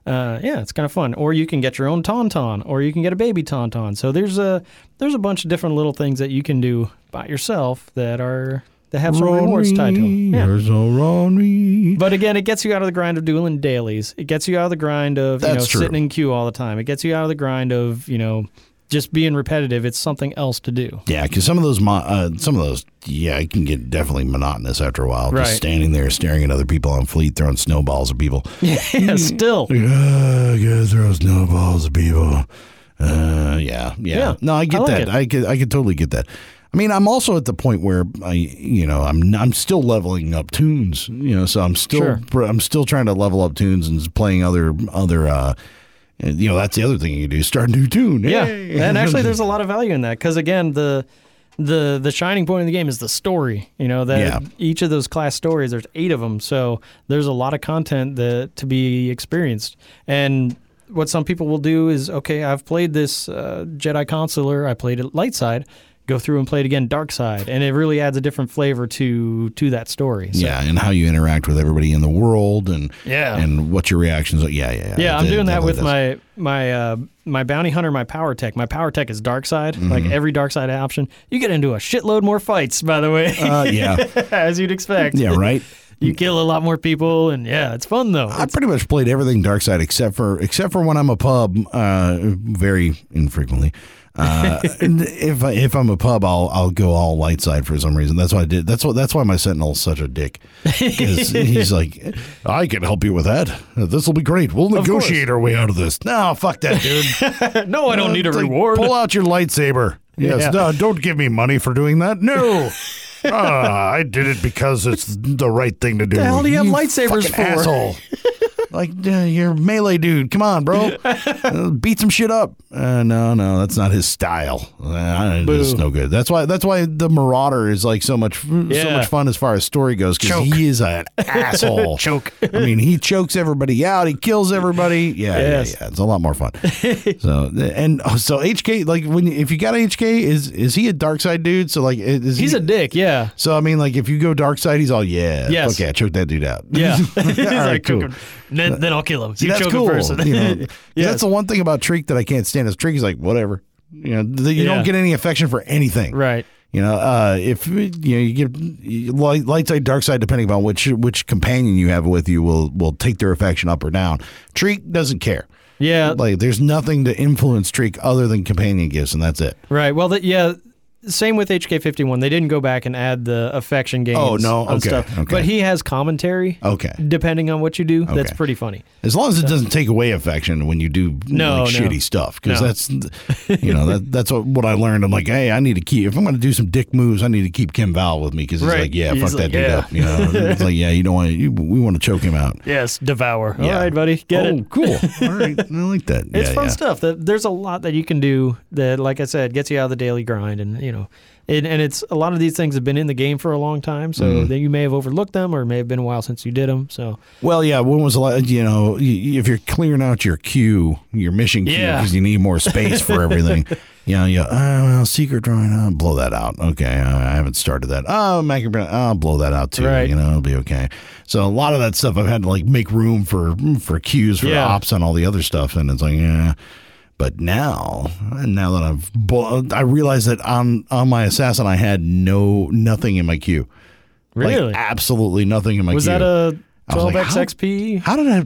Speaker 2: Uh, yeah, it's kind of fun. Or you can get your own tauntaun, or you can get a baby tauntaun. So there's a there's a bunch of different little things that you can do by yourself that are that have some rewards tied to them. Yeah.
Speaker 1: There's a Ronnie.
Speaker 2: But again, it gets you out of the grind of dueling dailies. It gets you out of the grind of you know,
Speaker 1: That's true.
Speaker 2: sitting in queue all the time. It gets you out of the grind of you know just being repetitive. It's something else to do.
Speaker 1: Yeah, because some of those, mo- uh, some of those, yeah, it can get definitely monotonous after a while. Just
Speaker 2: Right.
Speaker 1: standing there staring at other people on fleet, throwing snowballs at people.
Speaker 2: Yeah, still.
Speaker 1: Yeah, I gotta throw snowballs at people. Uh, yeah, yeah,
Speaker 2: Yeah,
Speaker 1: No, I get
Speaker 2: I like
Speaker 1: that.
Speaker 2: it.
Speaker 1: I could, I could totally get that. I mean, I'm also at the point where I, you know, I'm, I'm still leveling up tunes. You know, so I'm still,
Speaker 2: Sure.
Speaker 1: pr- I'm still trying to level up tunes and playing other, other. uh and, you know, that's the other thing you can do: start a new tune.
Speaker 2: Yeah,
Speaker 1: Hey! *laughs*
Speaker 2: and actually, there's a lot of value in that because again, the the the shining point of the game is the story. You know that
Speaker 1: Yeah.
Speaker 2: each of those class stories, there's eight of them, so there's a lot of content that to be experienced. And what some people will do is, okay, I've played this uh, Jedi Consular, I played it light side. go through and play it again dark side and it really adds a different flavor to to that story so,
Speaker 1: Yeah, and how you interact with everybody in the world, and
Speaker 2: Yeah.
Speaker 1: and what your reactions. Are. Yeah, yeah, yeah.
Speaker 2: yeah i'm
Speaker 1: They-
Speaker 2: doing
Speaker 1: they
Speaker 2: that
Speaker 1: love
Speaker 2: with
Speaker 1: this.
Speaker 2: my my uh my bounty hunter my power tech my power tech is dark side like
Speaker 1: Mm-hmm.
Speaker 2: every dark side option you get into a shitload more fights by the way
Speaker 1: Uh, yeah,
Speaker 2: *laughs* as you'd expect
Speaker 1: yeah, right.
Speaker 2: you kill a lot more people and yeah it's fun though
Speaker 1: I pretty much played everything Dark Side except for except for when I'm a pub, uh, very infrequently.
Speaker 2: *laughs*
Speaker 1: Uh, and if I, if I'm a pub, I'll I'll go all light side for some reason. That's what I did. That's what that's why my sentinel's such a dick.
Speaker 2: *laughs*
Speaker 1: 'Cause he's like, I can help you with that. This will be great. We'll
Speaker 2: course.
Speaker 1: negotiate our way out of this. No, fuck that, dude.
Speaker 2: *laughs* no i don't need a
Speaker 1: Uh, It's like,
Speaker 2: reward
Speaker 1: Pull out your lightsaber. Yes.
Speaker 2: Yeah.
Speaker 1: No, don't give me money for doing that.
Speaker 2: *laughs*
Speaker 1: No. Ah, I did it because it's the right thing to do.
Speaker 2: the hell do you have lightsabers
Speaker 1: fucking
Speaker 2: for? *laughs*
Speaker 1: Asshole. like uh, you're a melee dude. Come on, bro. Uh, beat some shit up. Uh, no, no, that's not his style. Uh, it's
Speaker 2: Boo.
Speaker 1: no good. That's why. That's why the Marauder is like so much so
Speaker 2: Yeah.
Speaker 1: much fun as far as story goes because
Speaker 2: Choke.
Speaker 1: he is
Speaker 2: *laughs*
Speaker 1: an asshole.
Speaker 2: Choke.
Speaker 1: I mean, he chokes everybody out. He kills everybody. Yeah,
Speaker 2: Yes.
Speaker 1: yeah, yeah. It's a lot more fun. so and *laughs* oh, so HK like when if you got HK is is he a dark side dude? So like is
Speaker 2: *laughs* he's
Speaker 1: he,
Speaker 2: a
Speaker 1: *laughs*
Speaker 2: dick yeah
Speaker 1: so I mean like if you go dark side, he's all yeah.
Speaker 2: Yes.
Speaker 1: Okay, I choked that dude out. *laughs*
Speaker 2: yeah
Speaker 1: All
Speaker 2: *laughs* He's
Speaker 1: right,
Speaker 2: like,
Speaker 1: cool.
Speaker 2: "Cook him. Then, then i'll kill him
Speaker 1: See,
Speaker 2: you
Speaker 1: that's
Speaker 2: choke
Speaker 1: cool.
Speaker 2: him first *laughs*
Speaker 1: you know. 'Cause
Speaker 2: Yes.
Speaker 1: That's the one thing about Treek that I can't stand is Treek is like whatever. You know, th- you
Speaker 2: Yeah.
Speaker 1: don't get any affection for anything.
Speaker 2: right
Speaker 1: You know, uh, if you know you get you- light, light side, dark side, depending upon which which companion you have with you, will will take their affection up or down. Treek doesn't care.
Speaker 2: yeah
Speaker 1: Like there's nothing to influence Treek other than companion gifts, and that's it.
Speaker 2: Right. Well, that yeah. Same with HK51. They didn't go back and add the affection games.
Speaker 1: Oh, no.
Speaker 2: and
Speaker 1: Okay.
Speaker 2: Stuff.
Speaker 1: Okay.
Speaker 2: But he has commentary.
Speaker 1: Okay.
Speaker 2: Depending on what you do, that's
Speaker 1: Okay.
Speaker 2: pretty funny.
Speaker 1: As long as it doesn't take away affection when you do
Speaker 2: No,
Speaker 1: like,
Speaker 2: no.
Speaker 1: shitty stuff, because
Speaker 2: No.
Speaker 1: that's you know that that's what, what I learned. I'm like, hey, I need to keep if I'm going to do some dick moves, I need to keep Kim Val with me because it's
Speaker 2: Right.
Speaker 1: like, yeah,
Speaker 2: He's
Speaker 1: fuck that
Speaker 2: like,
Speaker 1: dude
Speaker 2: yeah.
Speaker 1: up. You know,
Speaker 2: *laughs*
Speaker 1: it's like, yeah, you don't want to. We want to choke him out.
Speaker 2: Yes, devour.
Speaker 1: Yeah.
Speaker 2: All right, buddy. Get
Speaker 1: oh,
Speaker 2: it. *laughs*
Speaker 1: cool. All right, I like that.
Speaker 2: It's
Speaker 1: yeah,
Speaker 2: fun
Speaker 1: yeah.
Speaker 2: stuff. That there's a lot that you can do that, like I said, gets you out of the daily grind, and you know, it, and it's a lot of these things have been in the game for a long time, so
Speaker 1: Mm-hmm.
Speaker 2: that you may have overlooked them, or it may have been a while since you did them. So
Speaker 1: Well, yeah. When was the last? You know, y- y- if you're clearing out your queue, your mission queue,
Speaker 2: Yeah.
Speaker 1: because you need more space for
Speaker 2: *laughs*
Speaker 1: everything. You know, yeah. Oh, well, secret drawing. I'll blow that out. Okay, I I haven't started that. Oh, mac and brown. I'll blow that out too.
Speaker 2: Right.
Speaker 1: You know, it'll be okay. So a lot of that stuff, I've had to like make room for for queues for
Speaker 2: Yeah.
Speaker 1: ops and all the other stuff, and it's like, yeah. But now, now that I've, blo- I realize that on on my assassin, I had no nothing in my queue. Like,
Speaker 2: really,
Speaker 1: absolutely nothing in my
Speaker 2: was
Speaker 1: queue.
Speaker 2: that a
Speaker 1: I was
Speaker 2: 12
Speaker 1: like, how-
Speaker 2: XXP?
Speaker 1: How did I?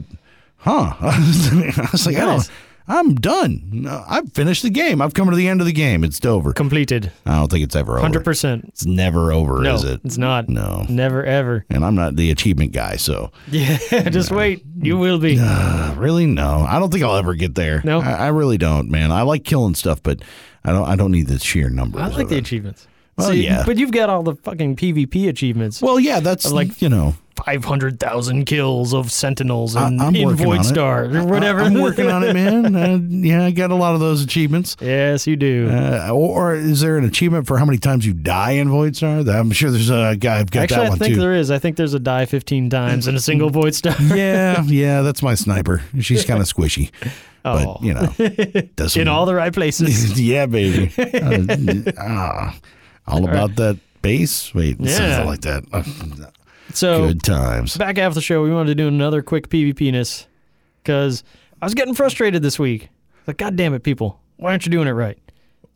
Speaker 1: Huh? *laughs* I was like, I
Speaker 2: Nice.
Speaker 1: don't. I'm done. No, I've finished the game. I've come to the end of the game. It's over.
Speaker 2: completed?
Speaker 1: I don't think it's ever over.
Speaker 2: Hundred percent.
Speaker 1: It's never over,
Speaker 2: No,
Speaker 1: is it?
Speaker 2: it's not.
Speaker 1: No.
Speaker 2: Never ever. *laughs*
Speaker 1: And I'm not the achievement guy, so
Speaker 2: Yeah, just wait. You will be.
Speaker 1: uh, really, no. I don't think I'll ever get there.
Speaker 2: No?
Speaker 1: I, I really don't, man. I like killing stuff, but I don't. I don't need the sheer numbers.
Speaker 2: I like
Speaker 1: of
Speaker 2: the
Speaker 1: it.
Speaker 2: achievements.
Speaker 1: Well,
Speaker 2: See,
Speaker 1: yeah.
Speaker 2: But you've got all the fucking PvP achievements.
Speaker 1: Well, yeah, that's like
Speaker 2: like-
Speaker 1: you know.
Speaker 2: 500,000 kills of Sentinels
Speaker 1: I-
Speaker 2: and
Speaker 1: I'm
Speaker 2: in
Speaker 1: working on
Speaker 2: Void
Speaker 1: it.
Speaker 2: Star
Speaker 1: I-
Speaker 2: or whatever.
Speaker 1: I'm working on it, man. Uh, yeah, I got a lot of those achievements.
Speaker 2: *laughs* yes, you do.
Speaker 1: Uh, or, or is there an achievement for how many times you die in Void Star? That- I'm sure there's a guy. I've got
Speaker 2: Actually,
Speaker 1: that
Speaker 2: I
Speaker 1: one
Speaker 2: think
Speaker 1: too.
Speaker 2: there is. I think there's a die 15 times in a single Void Star. *laughs*
Speaker 1: yeah, yeah, that's my sniper. She's kind of squishy,
Speaker 2: Oh.
Speaker 1: but you know, doesn't
Speaker 2: in all the right
Speaker 1: *laughs*
Speaker 2: places.
Speaker 1: yeah,
Speaker 2: *laughs*
Speaker 1: baby. Uh, ah, all about that bass. Wait,
Speaker 2: Yeah.
Speaker 1: something like that. Uh,
Speaker 2: So,
Speaker 1: Good times.
Speaker 2: back after the show, we wanted to do another quick PvPness because I was getting frustrated this week. Like, God damn it, people. Why aren't you doing it right?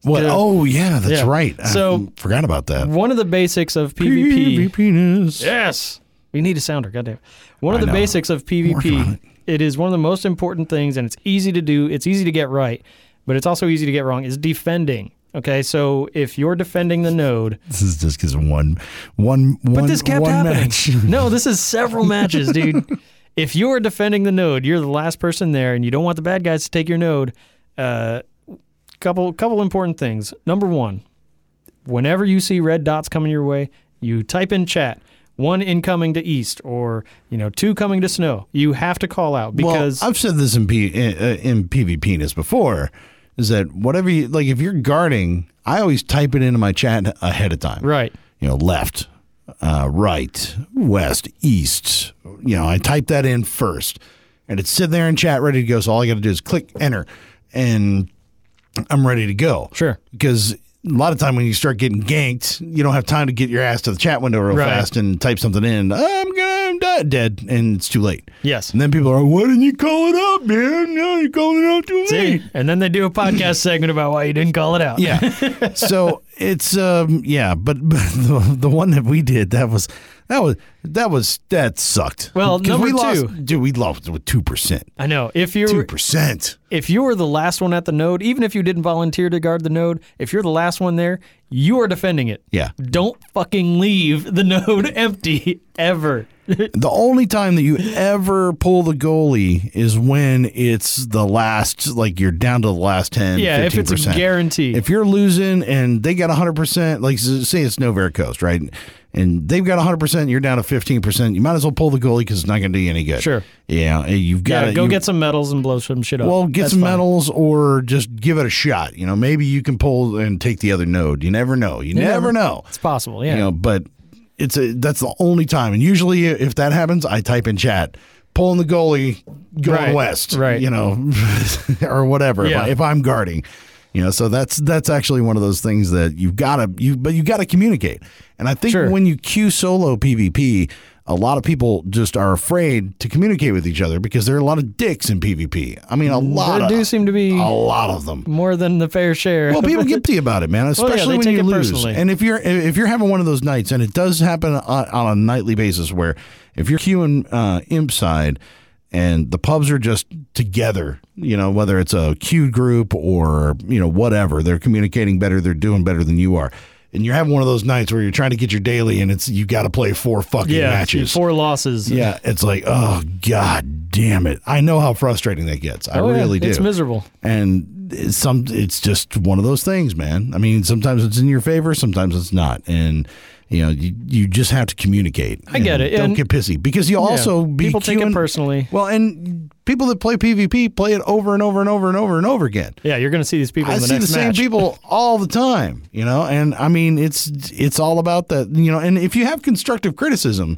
Speaker 1: What?
Speaker 2: good.
Speaker 1: Oh, yeah, that's
Speaker 2: Yeah.
Speaker 1: right. I
Speaker 2: So-
Speaker 1: forgot about that.
Speaker 2: One of the basics of
Speaker 1: PvP penis.
Speaker 2: Yes. We need a sounder, goddamn. One of
Speaker 1: I
Speaker 2: the
Speaker 1: know.
Speaker 2: basics of
Speaker 1: Working on
Speaker 2: PvP,
Speaker 1: it.
Speaker 2: it is one of the most important things and it's easy to do, it's easy to get right, but it's also easy to get wrong is defending. Okay? So if you're defending the node,
Speaker 1: This is just because one, one,
Speaker 2: but
Speaker 1: one,
Speaker 2: this kept
Speaker 1: one
Speaker 2: happening.
Speaker 1: match. *laughs*
Speaker 2: no, this is several matches, dude. If you are defending the node, you're the last person there, and you don't want the bad guys to take your node. Uh, couple couple important things. Number one, whenever you see red dots coming your way, you type in chat. One incoming to east, or you know, two coming to snow. You have to call out because
Speaker 1: well, I've said this in P, in, uh, in PvPness before, is that whatever you like, if you're guarding, I always type it into my chat ahead of time.
Speaker 2: right,
Speaker 1: You know, left, uh, right, west, east. You know, I type that in first, and it's sitting there in chat ready to go. So all I got to do is click enter, and I'm ready to go.
Speaker 2: Sure.
Speaker 1: Because a lot of time when you start getting ganked, you don't have time to get your ass to the chat window real
Speaker 2: Right.
Speaker 1: fast and type something in. I'm gonna I'm di- dead, and it's too late.
Speaker 2: Yes.
Speaker 1: And then people are, why didn't you call it up, man? No, you called it out to me. *laughs*
Speaker 2: See? And then they do a podcast segment about why you didn't call it out. *laughs*
Speaker 1: Yeah. so it's um yeah, but, but *laughs* the, the one that we did that was that was that was that sucked.
Speaker 2: Well,
Speaker 1: 'Cause
Speaker 2: number
Speaker 1: we lost,
Speaker 2: two.
Speaker 1: dude, we lost with two percent.
Speaker 2: I know. If you're
Speaker 1: Two percent.
Speaker 2: if you were the last one at the node, even if you didn't volunteer to guard the node, if you're the last one there, you are defending it.
Speaker 1: Yeah.
Speaker 2: Don't fucking leave the node *laughs* empty ever.
Speaker 1: The only time that you ever pull the goalie is when it's the last, like you're down to the last 10,
Speaker 2: Yeah,
Speaker 1: 15%.
Speaker 2: if it's a guarantee.
Speaker 1: If you're losing and they got 100%, like s- say it's Novara Coast, right? And they've got 100%, you're down to 15%, you might as well pull the goalie because it's not going to do you any good.
Speaker 2: Sure.
Speaker 1: Yeah, and you've got
Speaker 2: Yeah,
Speaker 1: to
Speaker 2: go get some medals and blow some shit up.
Speaker 1: Well, get
Speaker 2: That's
Speaker 1: some
Speaker 2: fine.
Speaker 1: medals or just give it a shot. You know, maybe you can pull and take the other node. You never know. You, never, know.
Speaker 2: It's possible, yeah.
Speaker 1: You know, but it's a that's the only time. And usually, if that happens, I type in chat, pulling the goalie, going
Speaker 2: Right,
Speaker 1: west,
Speaker 2: right.
Speaker 1: You know, *laughs* or whatever. If,
Speaker 2: Yeah.
Speaker 1: I, if I'm guarding, you know, so that's that's actually one of those things that you've got to you, but you got to communicate. And I think
Speaker 2: Sure.
Speaker 1: when you queue solo PvP. A lot of people just are afraid to communicate with each other because there are a lot of dicks in PvP. I mean, a lot
Speaker 2: Mm, there
Speaker 1: of
Speaker 2: do seem to be
Speaker 1: a lot of them.
Speaker 2: more than the fair share. *laughs*
Speaker 1: Well, *laughs* people get to you about it, man.
Speaker 2: Oh, yeah,
Speaker 1: Especially
Speaker 2: they
Speaker 1: when
Speaker 2: take
Speaker 1: you
Speaker 2: it
Speaker 1: lose.
Speaker 2: personally.
Speaker 1: And if you're if you're having one of those nights, and it does happen on, on a nightly basis, where if you're queuing uh, imp side, and the pubs are just together, you know, whether it's a queued group or you know whatever, they're communicating better, they're doing better than you are. And you're having one of those nights where you're trying to get your daily, and it's you got to play four fucking
Speaker 2: yeah,
Speaker 1: matches.
Speaker 2: four losses.
Speaker 1: yeah, it's like, oh god damn it! I know how frustrating that gets. I
Speaker 2: Oh, yeah,
Speaker 1: really do
Speaker 2: It's miserable.
Speaker 1: and it's some it's just one of those things man i mean sometimes it's in your favor sometimes it's not and you know you, you just have to communicate i
Speaker 2: get it,
Speaker 1: don't
Speaker 2: and-
Speaker 1: get pissy because you'll also be
Speaker 2: people take it
Speaker 1: queuing-
Speaker 2: personally.
Speaker 1: well and people that play pvp play it over and over and over and over and over again
Speaker 2: Yeah, you're going to see these people
Speaker 1: I
Speaker 2: in the
Speaker 1: see the
Speaker 2: next
Speaker 1: same
Speaker 2: match.
Speaker 1: people all the time, you know, and I mean it's it's all about that, you know. And if you have constructive criticism,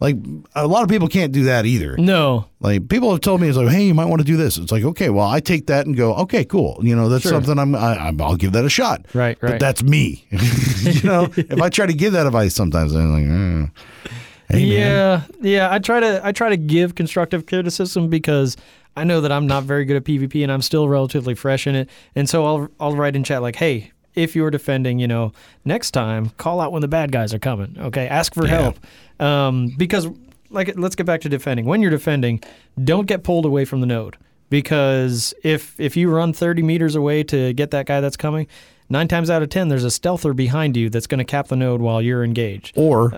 Speaker 1: like a lot of people can't do that either.
Speaker 2: No.
Speaker 1: Like people have told me, it's like, hey, you might want to do this. It's like, okay, well, I take that and go, okay, cool. You know, that's
Speaker 2: Sure.
Speaker 1: something I'm, I, I'm, I'll give that a shot.
Speaker 2: Right,
Speaker 1: But
Speaker 2: right.
Speaker 1: that's me. *laughs* you know, if I try to give that advice, sometimes I'm like, mm. hey, man.
Speaker 2: yeah, yeah. I try to I try to give constructive criticism because I know that I'm not very good at PvP and I'm still relatively fresh in it. And so I'll I'll write in chat like, hey, if you're defending, you know, next time call out when the bad guys are coming. Okay, ask for help. Um, because like let's get back to defending. When you're defending, don't get pulled away from the node because if if you run 30 meters away to get that guy that's coming. Nine times out of ten, there's a stealther behind you that's going to cap the node while you're engaged
Speaker 1: Or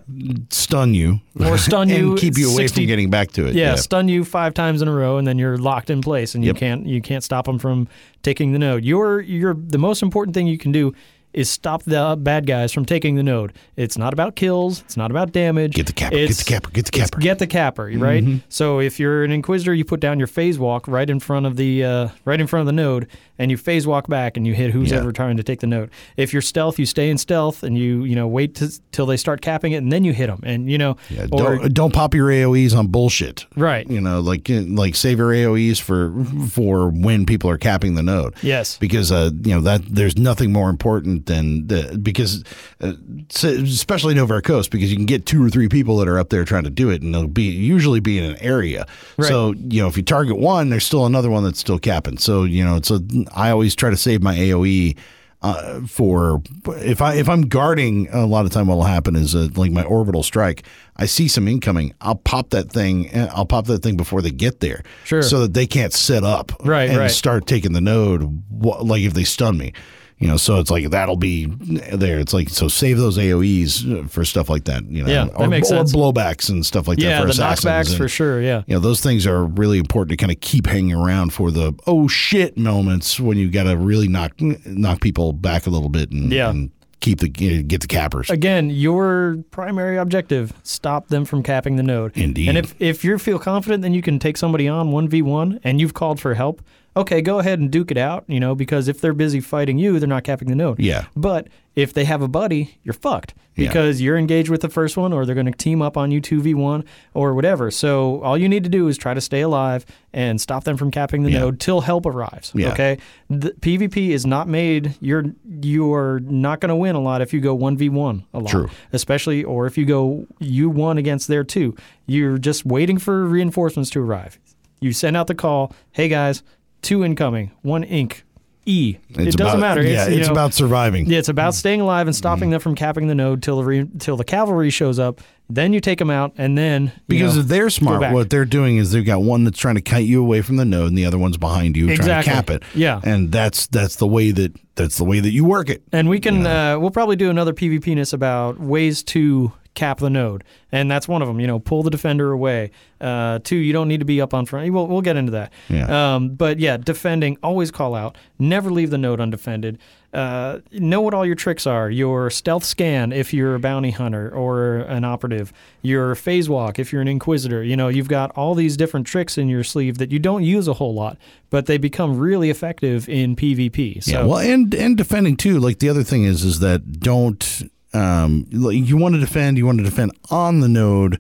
Speaker 1: stun you, *laughs*
Speaker 2: or
Speaker 1: and
Speaker 2: stun you,
Speaker 1: keep you away
Speaker 2: 60
Speaker 1: from getting back to it.
Speaker 2: yeah, stun you five times in a row, and then you're locked in place, and you
Speaker 1: Yep.
Speaker 2: can't you can't stop them from taking the node. Your your the most important thing you can do is stop the bad guys from taking the node. It's not about kills. It's not about damage.
Speaker 1: Get the capper, get
Speaker 2: It's-
Speaker 1: the capper, get the
Speaker 2: it's
Speaker 1: capper. Mm-hmm.
Speaker 2: Get the capper, right? So if you're an inquisitor, you put down your phase walk right in front of the uh, right in front of the node, and you phase walk back, and you hit who's
Speaker 1: Yeah.
Speaker 2: ever trying to take the node. If you're stealth, you stay in stealth, and you you know wait t- till they start capping it, and then you hit them, and you know
Speaker 1: Yeah,
Speaker 2: or-
Speaker 1: don't don't pop your AOE's on bullshit.
Speaker 2: Right.
Speaker 1: You know, like eh, like save your AOE's for for when people are capping the node.
Speaker 2: Yes.
Speaker 1: Because uh, you know that there's nothing more important than the because uh, s- especially Novara Coast because you can get two or three people that are up there trying to do it and they'll be usually be in an area.
Speaker 2: Right.
Speaker 1: So you know if you target one, there's still another one that's still capping. So you know, so I always try to save my AOE uh, for if I if I'm guarding a lot of time what'll happen is uh, like my orbital strike I see some incoming I'll pop that thing eh, I'll pop that thing before they get there
Speaker 2: Sure.
Speaker 1: so that they can't set up
Speaker 2: Right,
Speaker 1: and
Speaker 2: right.
Speaker 1: start taking the node wha- like if they stun me you know so it's like that'll be there it's like so save those AOE's uh, for stuff like that you know
Speaker 2: Yeah, that
Speaker 1: or,
Speaker 2: makes
Speaker 1: or
Speaker 2: sense.
Speaker 1: blowbacks and stuff like
Speaker 2: yeah,
Speaker 1: that for
Speaker 2: the
Speaker 1: assassins
Speaker 2: knockbacks
Speaker 1: and-
Speaker 2: for sure. Yeah.
Speaker 1: you know those things are really important to kind of keep hanging around for the oh shit moments when you got to really knock knock people back a little bit and,
Speaker 2: Yeah.
Speaker 1: and keep the get the cappers.
Speaker 2: Again, your primary objective: stop them from capping the node.
Speaker 1: Indeed.
Speaker 2: And if if you feel confident, then you can take somebody on one v one, and you've called for help. okay, go ahead and duke it out, you know, because if they're busy fighting you, they're not capping the node.
Speaker 1: Yeah.
Speaker 2: But if they have a buddy, you're fucked
Speaker 1: Yeah.
Speaker 2: because you're engaged with the first one or they're going to team up on you 2v1 or whatever. So all you need to do is try to stay alive and stop them from capping the
Speaker 1: Yeah.
Speaker 2: node till help arrives.
Speaker 1: Yeah.
Speaker 2: Okay? The PvP is not made you're you're not going to win a lot if you go 1v1 a lot.
Speaker 1: True.
Speaker 2: Especially or if you go you one against their two. You're just waiting for reinforcements to arrive. You send out the call, "Hey guys, two incoming, one ink." E. it doesn't
Speaker 1: about,
Speaker 2: matter.
Speaker 1: Yeah,
Speaker 2: you know-
Speaker 1: about Mm-hmm. surviving.
Speaker 2: yeah, it's about staying alive and stopping them from capping the node till the re- till the cavalry shows up. Then you take them out, and then you
Speaker 1: Because
Speaker 2: know,
Speaker 1: if they're smart,
Speaker 2: back.
Speaker 1: what they're doing is they've got one that's trying to kite you away from the node, and the other one's behind you
Speaker 2: Exactly.
Speaker 1: trying to cap it.
Speaker 2: Yeah.
Speaker 1: and that's that's the way that that's the way that you work it.
Speaker 2: and we can uh, we'll probably do another PvPness about ways to cap the node, and that's one of them. You know, pull the defender away. Uh, two, you don't need to be up on front. We'll we'll get into that.
Speaker 1: Yeah.
Speaker 2: Um, but yeah, defending always call out. Never leave the node undefended. Uh, know what all your tricks are. Your stealth scan if you're a bounty hunter or an operative. Your phase walk if you're an inquisitor. You know, you've got all these different tricks in your sleeve that you don't use a whole lot, but they become really effective in PvP. So.
Speaker 1: Yeah, well, and and defending too. Like the other thing is, is that don't um, like, you want to defend? You want to defend on the node,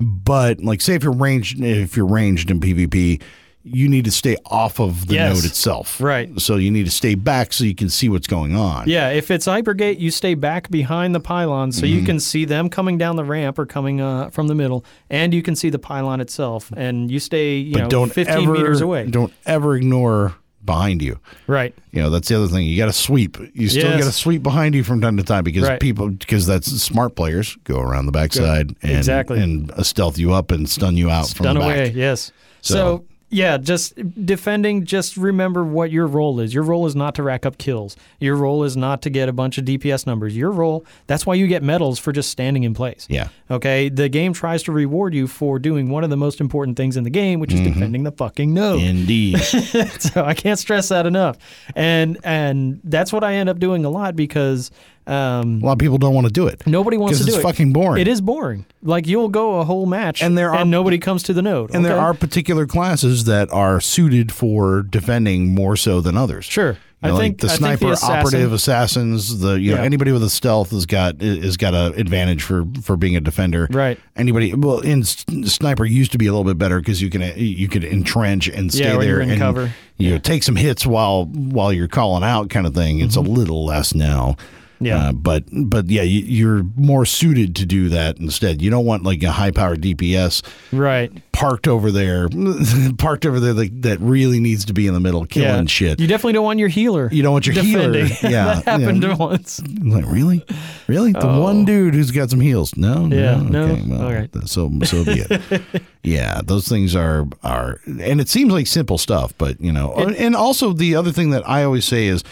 Speaker 1: but like say if you're ranged, if you're ranged in PvP, you need to stay off of the
Speaker 2: Yes.
Speaker 1: node itself,
Speaker 2: Right.
Speaker 1: So you need to stay back so you can see what's going on.
Speaker 2: Yeah, if it's hypergate, you stay back behind the pylon so
Speaker 1: Mm-hmm.
Speaker 2: you can see them coming down the ramp or coming uh, from the middle, and you can see the pylon itself, and you stay you
Speaker 1: but
Speaker 2: know
Speaker 1: don't
Speaker 2: 15
Speaker 1: ever
Speaker 2: meters away.
Speaker 1: don't ever ignore behind you.
Speaker 2: Right.
Speaker 1: You know that's the other thing. You got to sweep. You still
Speaker 2: Yes.
Speaker 1: got to sweep behind you from time to time because
Speaker 2: Right.
Speaker 1: people because that's smart players go around the backside and
Speaker 2: Exactly.
Speaker 1: and uh, stealth you up and stun you out
Speaker 2: Done
Speaker 1: from the
Speaker 2: away. *laughs*
Speaker 1: back.
Speaker 2: Yes. So.
Speaker 1: So-
Speaker 2: yeah, just defending. Just remember what your role is. Your role is not to rack up kills. Your role is not to get a bunch of DPS numbers. Your role. That's why you get medals for just standing in place.
Speaker 1: Yeah.
Speaker 2: Okay. The game tries to reward you for doing one of the most important things in the game, which is
Speaker 1: Mm-hmm.
Speaker 2: defending the fucking node.
Speaker 1: Indeed.
Speaker 2: so *laughs* I can't stress that enough. And and that's what I end up doing a lot because um,
Speaker 1: a lot of people don't want to do it.
Speaker 2: nobody wants
Speaker 1: 'Cause
Speaker 2: to do
Speaker 1: it's
Speaker 2: it.
Speaker 1: fucking boring.
Speaker 2: It is boring. Like you'll go a whole match
Speaker 1: And there are-
Speaker 2: nobody comes to the node.
Speaker 1: And there
Speaker 2: okay?
Speaker 1: are particular classes that are suited for defending more so than others.
Speaker 2: Sure.
Speaker 1: You
Speaker 2: I
Speaker 1: know, like
Speaker 2: think-
Speaker 1: the
Speaker 2: I think the
Speaker 1: sniper,
Speaker 2: assassin-
Speaker 1: operative, assassins, the you know
Speaker 2: Yeah.
Speaker 1: anybody with a stealth has got has got a advantage for for being a defender.
Speaker 2: Right.
Speaker 1: Anybody well in s- sniper used to be a little bit better because you can you could entrench and stay
Speaker 2: Yeah, when
Speaker 1: there
Speaker 2: you're in
Speaker 1: and
Speaker 2: cover.
Speaker 1: you know, take some hits while while you're calling out kind of thing. It's a little less now.
Speaker 2: Mm-hmm. Yeah.
Speaker 1: Uh, but but yeah, you, you're more suited to do that instead. You don't want like a high powered DPS
Speaker 2: right.
Speaker 1: parked over there, *laughs* parked over there like, that really needs to be in the middle killing
Speaker 2: yeah.
Speaker 1: shit.
Speaker 2: You definitely don't want your healer.
Speaker 1: You don't want your healer.
Speaker 2: defending. *laughs*
Speaker 1: Yeah,
Speaker 2: that
Speaker 1: yeah.
Speaker 2: happened once.
Speaker 1: I'm like really, really, the one dude who's got some heels. No,
Speaker 2: Oh. Yeah,
Speaker 1: no,
Speaker 2: no?
Speaker 1: okay, well,
Speaker 2: All right.
Speaker 1: th- so so be it.
Speaker 2: *laughs*
Speaker 1: yeah, those things are are, and it seems like simple stuff, but you know, and also the other thing that I always say is,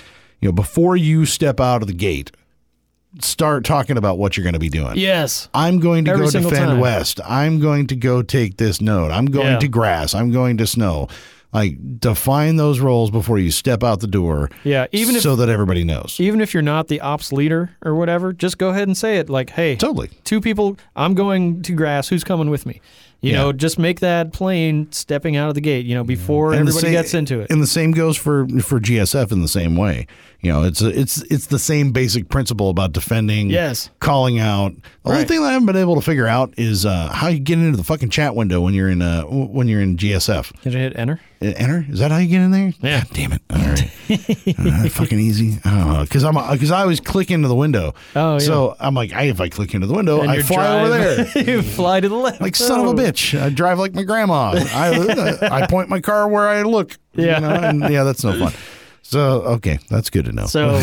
Speaker 1: you know, before you step out of the gate, start talking about what you're going to be doing.
Speaker 2: Yes.
Speaker 1: I'm going to
Speaker 2: Every
Speaker 1: go
Speaker 2: single
Speaker 1: defend
Speaker 2: time.
Speaker 1: west. I'm going to go take this node. I'm going
Speaker 2: Yeah.
Speaker 1: to grass. I'm going to snow. Like define those roles before you step out the door.
Speaker 2: Yeah, even if-
Speaker 1: so that everybody knows.
Speaker 2: Even if you're not the ops leader or whatever, just go ahead and say it. Like, hey,
Speaker 1: Totally.
Speaker 2: two people i'm going to grass who's coming with me you
Speaker 1: Yeah.
Speaker 2: know just make that plane stepping out of the gate you know before
Speaker 1: And the
Speaker 2: everybody
Speaker 1: same-
Speaker 2: gets into it
Speaker 1: And the same goes for for GSF in the same way. You know, it's it's it's the same basic principle about defending.
Speaker 2: Yes.
Speaker 1: calling out. The only
Speaker 2: Right.
Speaker 1: thing that I haven't been able to figure out is uh, how you get into the fucking chat window when you're in uh, when you're in GSF.
Speaker 2: did I hit enter
Speaker 1: Uh, Enter? Is that how you get in there?
Speaker 2: Yeah.
Speaker 1: God damn it! All right, All
Speaker 2: *laughs*
Speaker 1: right, fucking easy. I don't know because I'm because I always click into the window.
Speaker 2: Oh, yeah.
Speaker 1: So I'm like, I, if I click into the window,
Speaker 2: And
Speaker 1: I
Speaker 2: you
Speaker 1: fly
Speaker 2: drive-
Speaker 1: over
Speaker 2: *laughs*
Speaker 1: there.
Speaker 2: you fly to the left
Speaker 1: Like son of a
Speaker 2: Oh.
Speaker 1: bitch, I drive like my grandma.
Speaker 2: *laughs*
Speaker 1: I uh, I point my car where I look.
Speaker 2: Yeah.
Speaker 1: know, and yeah, that's no fun. So okay, that's good to know.
Speaker 2: so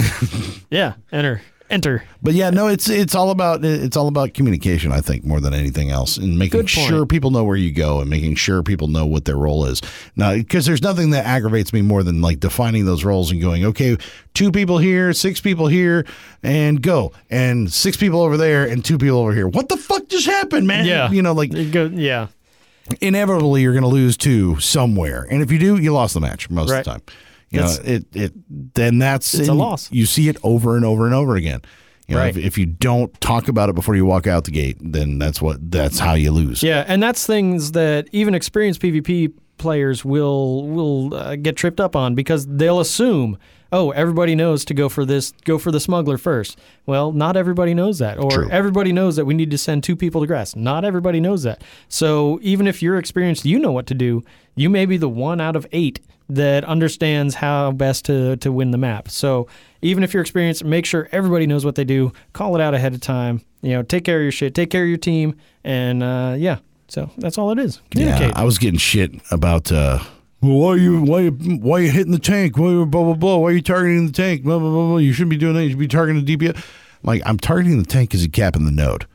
Speaker 2: yeah enter enter
Speaker 1: but yeah, no, it's it's all about it's all about communication. I think more than anything else, and making
Speaker 2: Good point.
Speaker 1: sure people know where you go and making sure people know what their role is. Now, because there's nothing that aggravates me more than like defining those roles and going, okay, two people here, six people here, and go, and six people over there, and two people over here. What the fuck just happened, man?
Speaker 2: yeah
Speaker 1: you know, like
Speaker 2: You go, yeah
Speaker 1: inevitably you're going to lose two somewhere, and if you do, you lost the match most of
Speaker 2: Right.
Speaker 1: the time. You know,
Speaker 2: That's-
Speaker 1: it it then that's
Speaker 2: It's a
Speaker 1: and
Speaker 2: loss.
Speaker 1: You see it over and over and over again. You know,
Speaker 2: Right.
Speaker 1: if, if you don't talk about it before you walk out the gate, then that's what that's how you lose.
Speaker 2: Yeah, and that's things that even experienced PvP players will will uh, get tripped up on because they'll assume, oh, everybody knows to go for this, go for the smuggler first. Well, not everybody knows that, or
Speaker 1: True.
Speaker 2: everybody knows that we need to send two people to grass. Not everybody knows that. So even if you're experienced, you know what to do. You may be the one out of eight that understands how best to to win the map. So even if you're experienced, make sure everybody knows what they do. Call it out ahead of time. You know, take care of your shit, take care of your team, and uh, yeah. So that's all it is. Communicate.
Speaker 1: I was getting shit about uh, well, why are you why you, why you hitting the tank? Why you blah blah blah? Why are you targeting the tank? Blah blah blah. blah. You shouldn't be doing that. You should be targeting the DPS. Like I'm targeting the tank because you capping the node.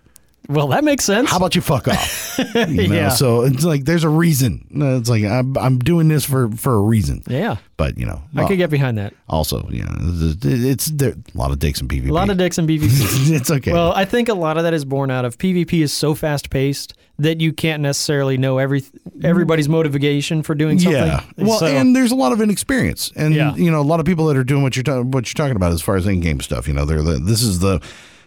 Speaker 2: well, that makes sense.
Speaker 1: How about you fuck
Speaker 2: *laughs*
Speaker 1: off? You know,
Speaker 2: Yeah.
Speaker 1: So it's like there's a reason. No, It's like I'm I'm doing this for for a reason.
Speaker 2: yeah.
Speaker 1: But you know, uh,
Speaker 2: I could get behind that.
Speaker 1: also you know it's, it's there a lot of dicks in PvP.
Speaker 2: A
Speaker 1: *laughs*
Speaker 2: lot of dicks and BVPs.
Speaker 1: it's okay.
Speaker 2: Well, I think a lot of that is born out of PvP is so fast paced that you can't necessarily know every everybody's motivation for doing something.
Speaker 1: Yeah. Well,
Speaker 2: So-
Speaker 1: and there's a lot of inexperience, and
Speaker 2: Yeah.
Speaker 1: you know, a lot of people that are doing what you're ta- what you're talking about as far as in game stuff. You know, they're the, this is the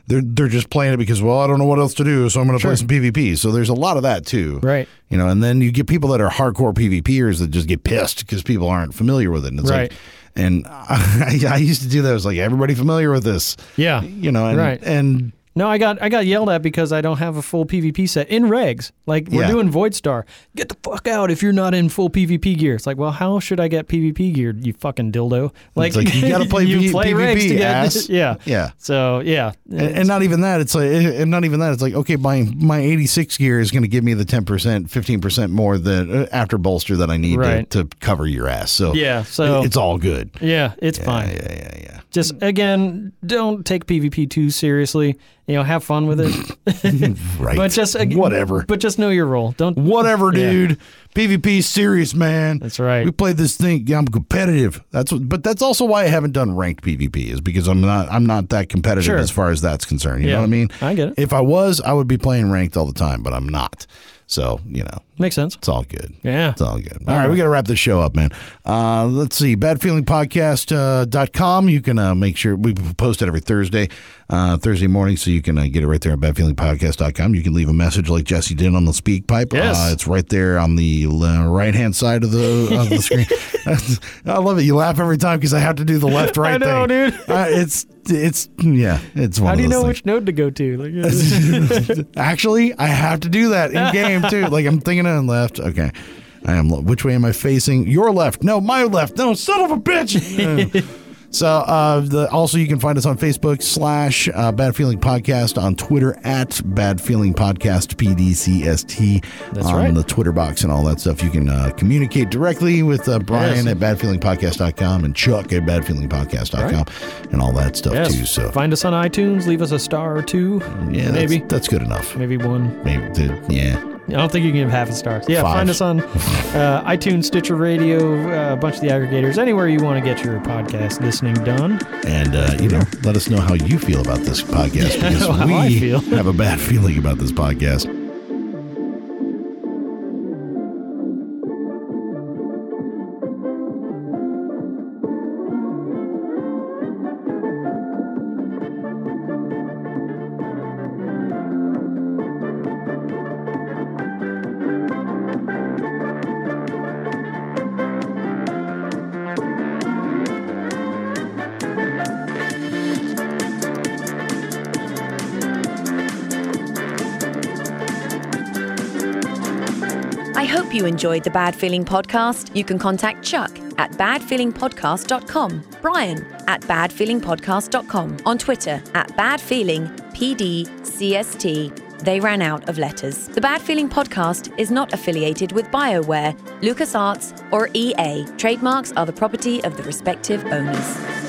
Speaker 1: they're they're just playing it because well, I don't know what else to do, so I'm going to play some PvP. So there's a lot of that too,
Speaker 2: Right.
Speaker 1: You know, and then you get people that are hardcore PvPers that just get pissed because people aren't familiar with it, and it's
Speaker 2: Right.
Speaker 1: like. And *laughs* I, I used to do that. It was like everybody familiar with this,
Speaker 2: Yeah.
Speaker 1: You know, and
Speaker 2: Right.
Speaker 1: and
Speaker 2: no, I got I got yelled at because I don't have a full PvP set in regs. Like we're
Speaker 1: Yeah.
Speaker 2: doing Void Star. Get the fuck out if you're not in full PvP gear. It's like, well, how should I get PvP geared? You fucking dildo. Like,
Speaker 1: like, you gotta play
Speaker 2: *laughs* you
Speaker 1: P-
Speaker 2: play
Speaker 1: PvP,
Speaker 2: regs to get
Speaker 1: ass.
Speaker 2: *laughs* yeah
Speaker 1: Yeah.
Speaker 2: So yeah,
Speaker 1: and, and not even that. It's like, eh, and not even that. It's like, okay, my my eighty six gear is going to give me the ten percent, fifteen percent more than uh, after bolster that I need
Speaker 2: Right.
Speaker 1: to, to cover your ass. So
Speaker 2: Yeah, so-
Speaker 1: it's all good.
Speaker 2: yeah, it's fine.
Speaker 1: Yeah, yeah, yeah.
Speaker 2: Just again, don't take PvP too seriously. You know, have fun with
Speaker 1: *clears throat*
Speaker 2: it.
Speaker 1: Right.
Speaker 2: But just ag-
Speaker 1: whatever.
Speaker 2: But just know your role. Don't
Speaker 1: Whatever,
Speaker 2: Yeah.
Speaker 1: dude. PvP serious, man.
Speaker 2: That's right.
Speaker 1: We played this thing. yeah, I'm competitive. That's what, but that's also why I haven't done ranked PvP is because I'm not I'm not that competitive
Speaker 2: Sure.
Speaker 1: as far as that's concerned. You
Speaker 2: Yeah.
Speaker 1: know what I mean?
Speaker 2: I get it.
Speaker 1: If I was, I would be playing ranked all the time, but I'm not. So you know,
Speaker 2: Makes sense.
Speaker 1: It's all good.
Speaker 2: Yeah.
Speaker 1: It's all good. all right, we got to wrap this show up, man. Uh, let's see, badfeelingpodcast.com. Uh, dot com. you can uh, make sure we post it every Thursday, uh, Thursday morning, so you can uh, get it right there at badfeelingpodcast.com. You can leave a message like Jesse did on the speak pipe.
Speaker 2: Yes.
Speaker 1: Uh, it's right there on the right hand side of the, of the screen. *laughs* I love it. You laugh every time because I have to do the
Speaker 2: *laughs*
Speaker 1: left right
Speaker 2: know,
Speaker 1: thing.
Speaker 2: dude.
Speaker 1: Uh, it's, it's, yeah, it's one
Speaker 2: How
Speaker 1: of
Speaker 2: do you
Speaker 1: those
Speaker 2: know
Speaker 1: things.
Speaker 2: which node to go to?
Speaker 1: *laughs*
Speaker 2: Like, yeah.
Speaker 1: Actually, I have to do that in game too. Like I'm thinking I'm left. Okay. I am. le- Which way am I facing? Your left. No, my left. No, son of a bitch. *laughs* Uh, so, uh, the, also you can find us on Facebook slash uh, Bad Feeling Podcast on Twitter at Bad Feeling Podcast PDCST
Speaker 2: That's
Speaker 1: on
Speaker 2: right.
Speaker 1: the Twitter box and all that stuff. You can uh, communicate directly with uh, Brian
Speaker 2: Yes.
Speaker 1: at badfeelingpodcast.com and Chuck at badfeelingpodcast.com and all that stuff
Speaker 2: Yes.
Speaker 1: too. So,
Speaker 2: Find us on iTunes. Leave us a star or two.
Speaker 1: yeah, that's-
Speaker 2: maybe.
Speaker 1: that's good enough.
Speaker 2: Maybe one.
Speaker 1: Maybe, yeah.
Speaker 2: I don't think you can give half a star. Yeah,
Speaker 1: Five.
Speaker 2: find us on uh, iTunes, Stitcher Radio, uh, a bunch of the aggregators, anywhere you want to get your podcast listening done.
Speaker 1: and uh, you know, let us know how you feel about this
Speaker 2: *laughs*
Speaker 1: podcast because
Speaker 2: How I
Speaker 1: we
Speaker 2: feel.
Speaker 1: have a bad *laughs* feeling about this podcast.
Speaker 4: I hope you enjoyed the Bad Feeling Podcast. You can contact Chuck at badfeelingpodcast.com, Brian at badfeelingpodcast.com, on Twitter at badfeelingpdcst. They ran out of letters. The Bad Feeling Podcast is not affiliated with E BioWare, LucasArts, or EA. Trademarks are the property of the respective owners.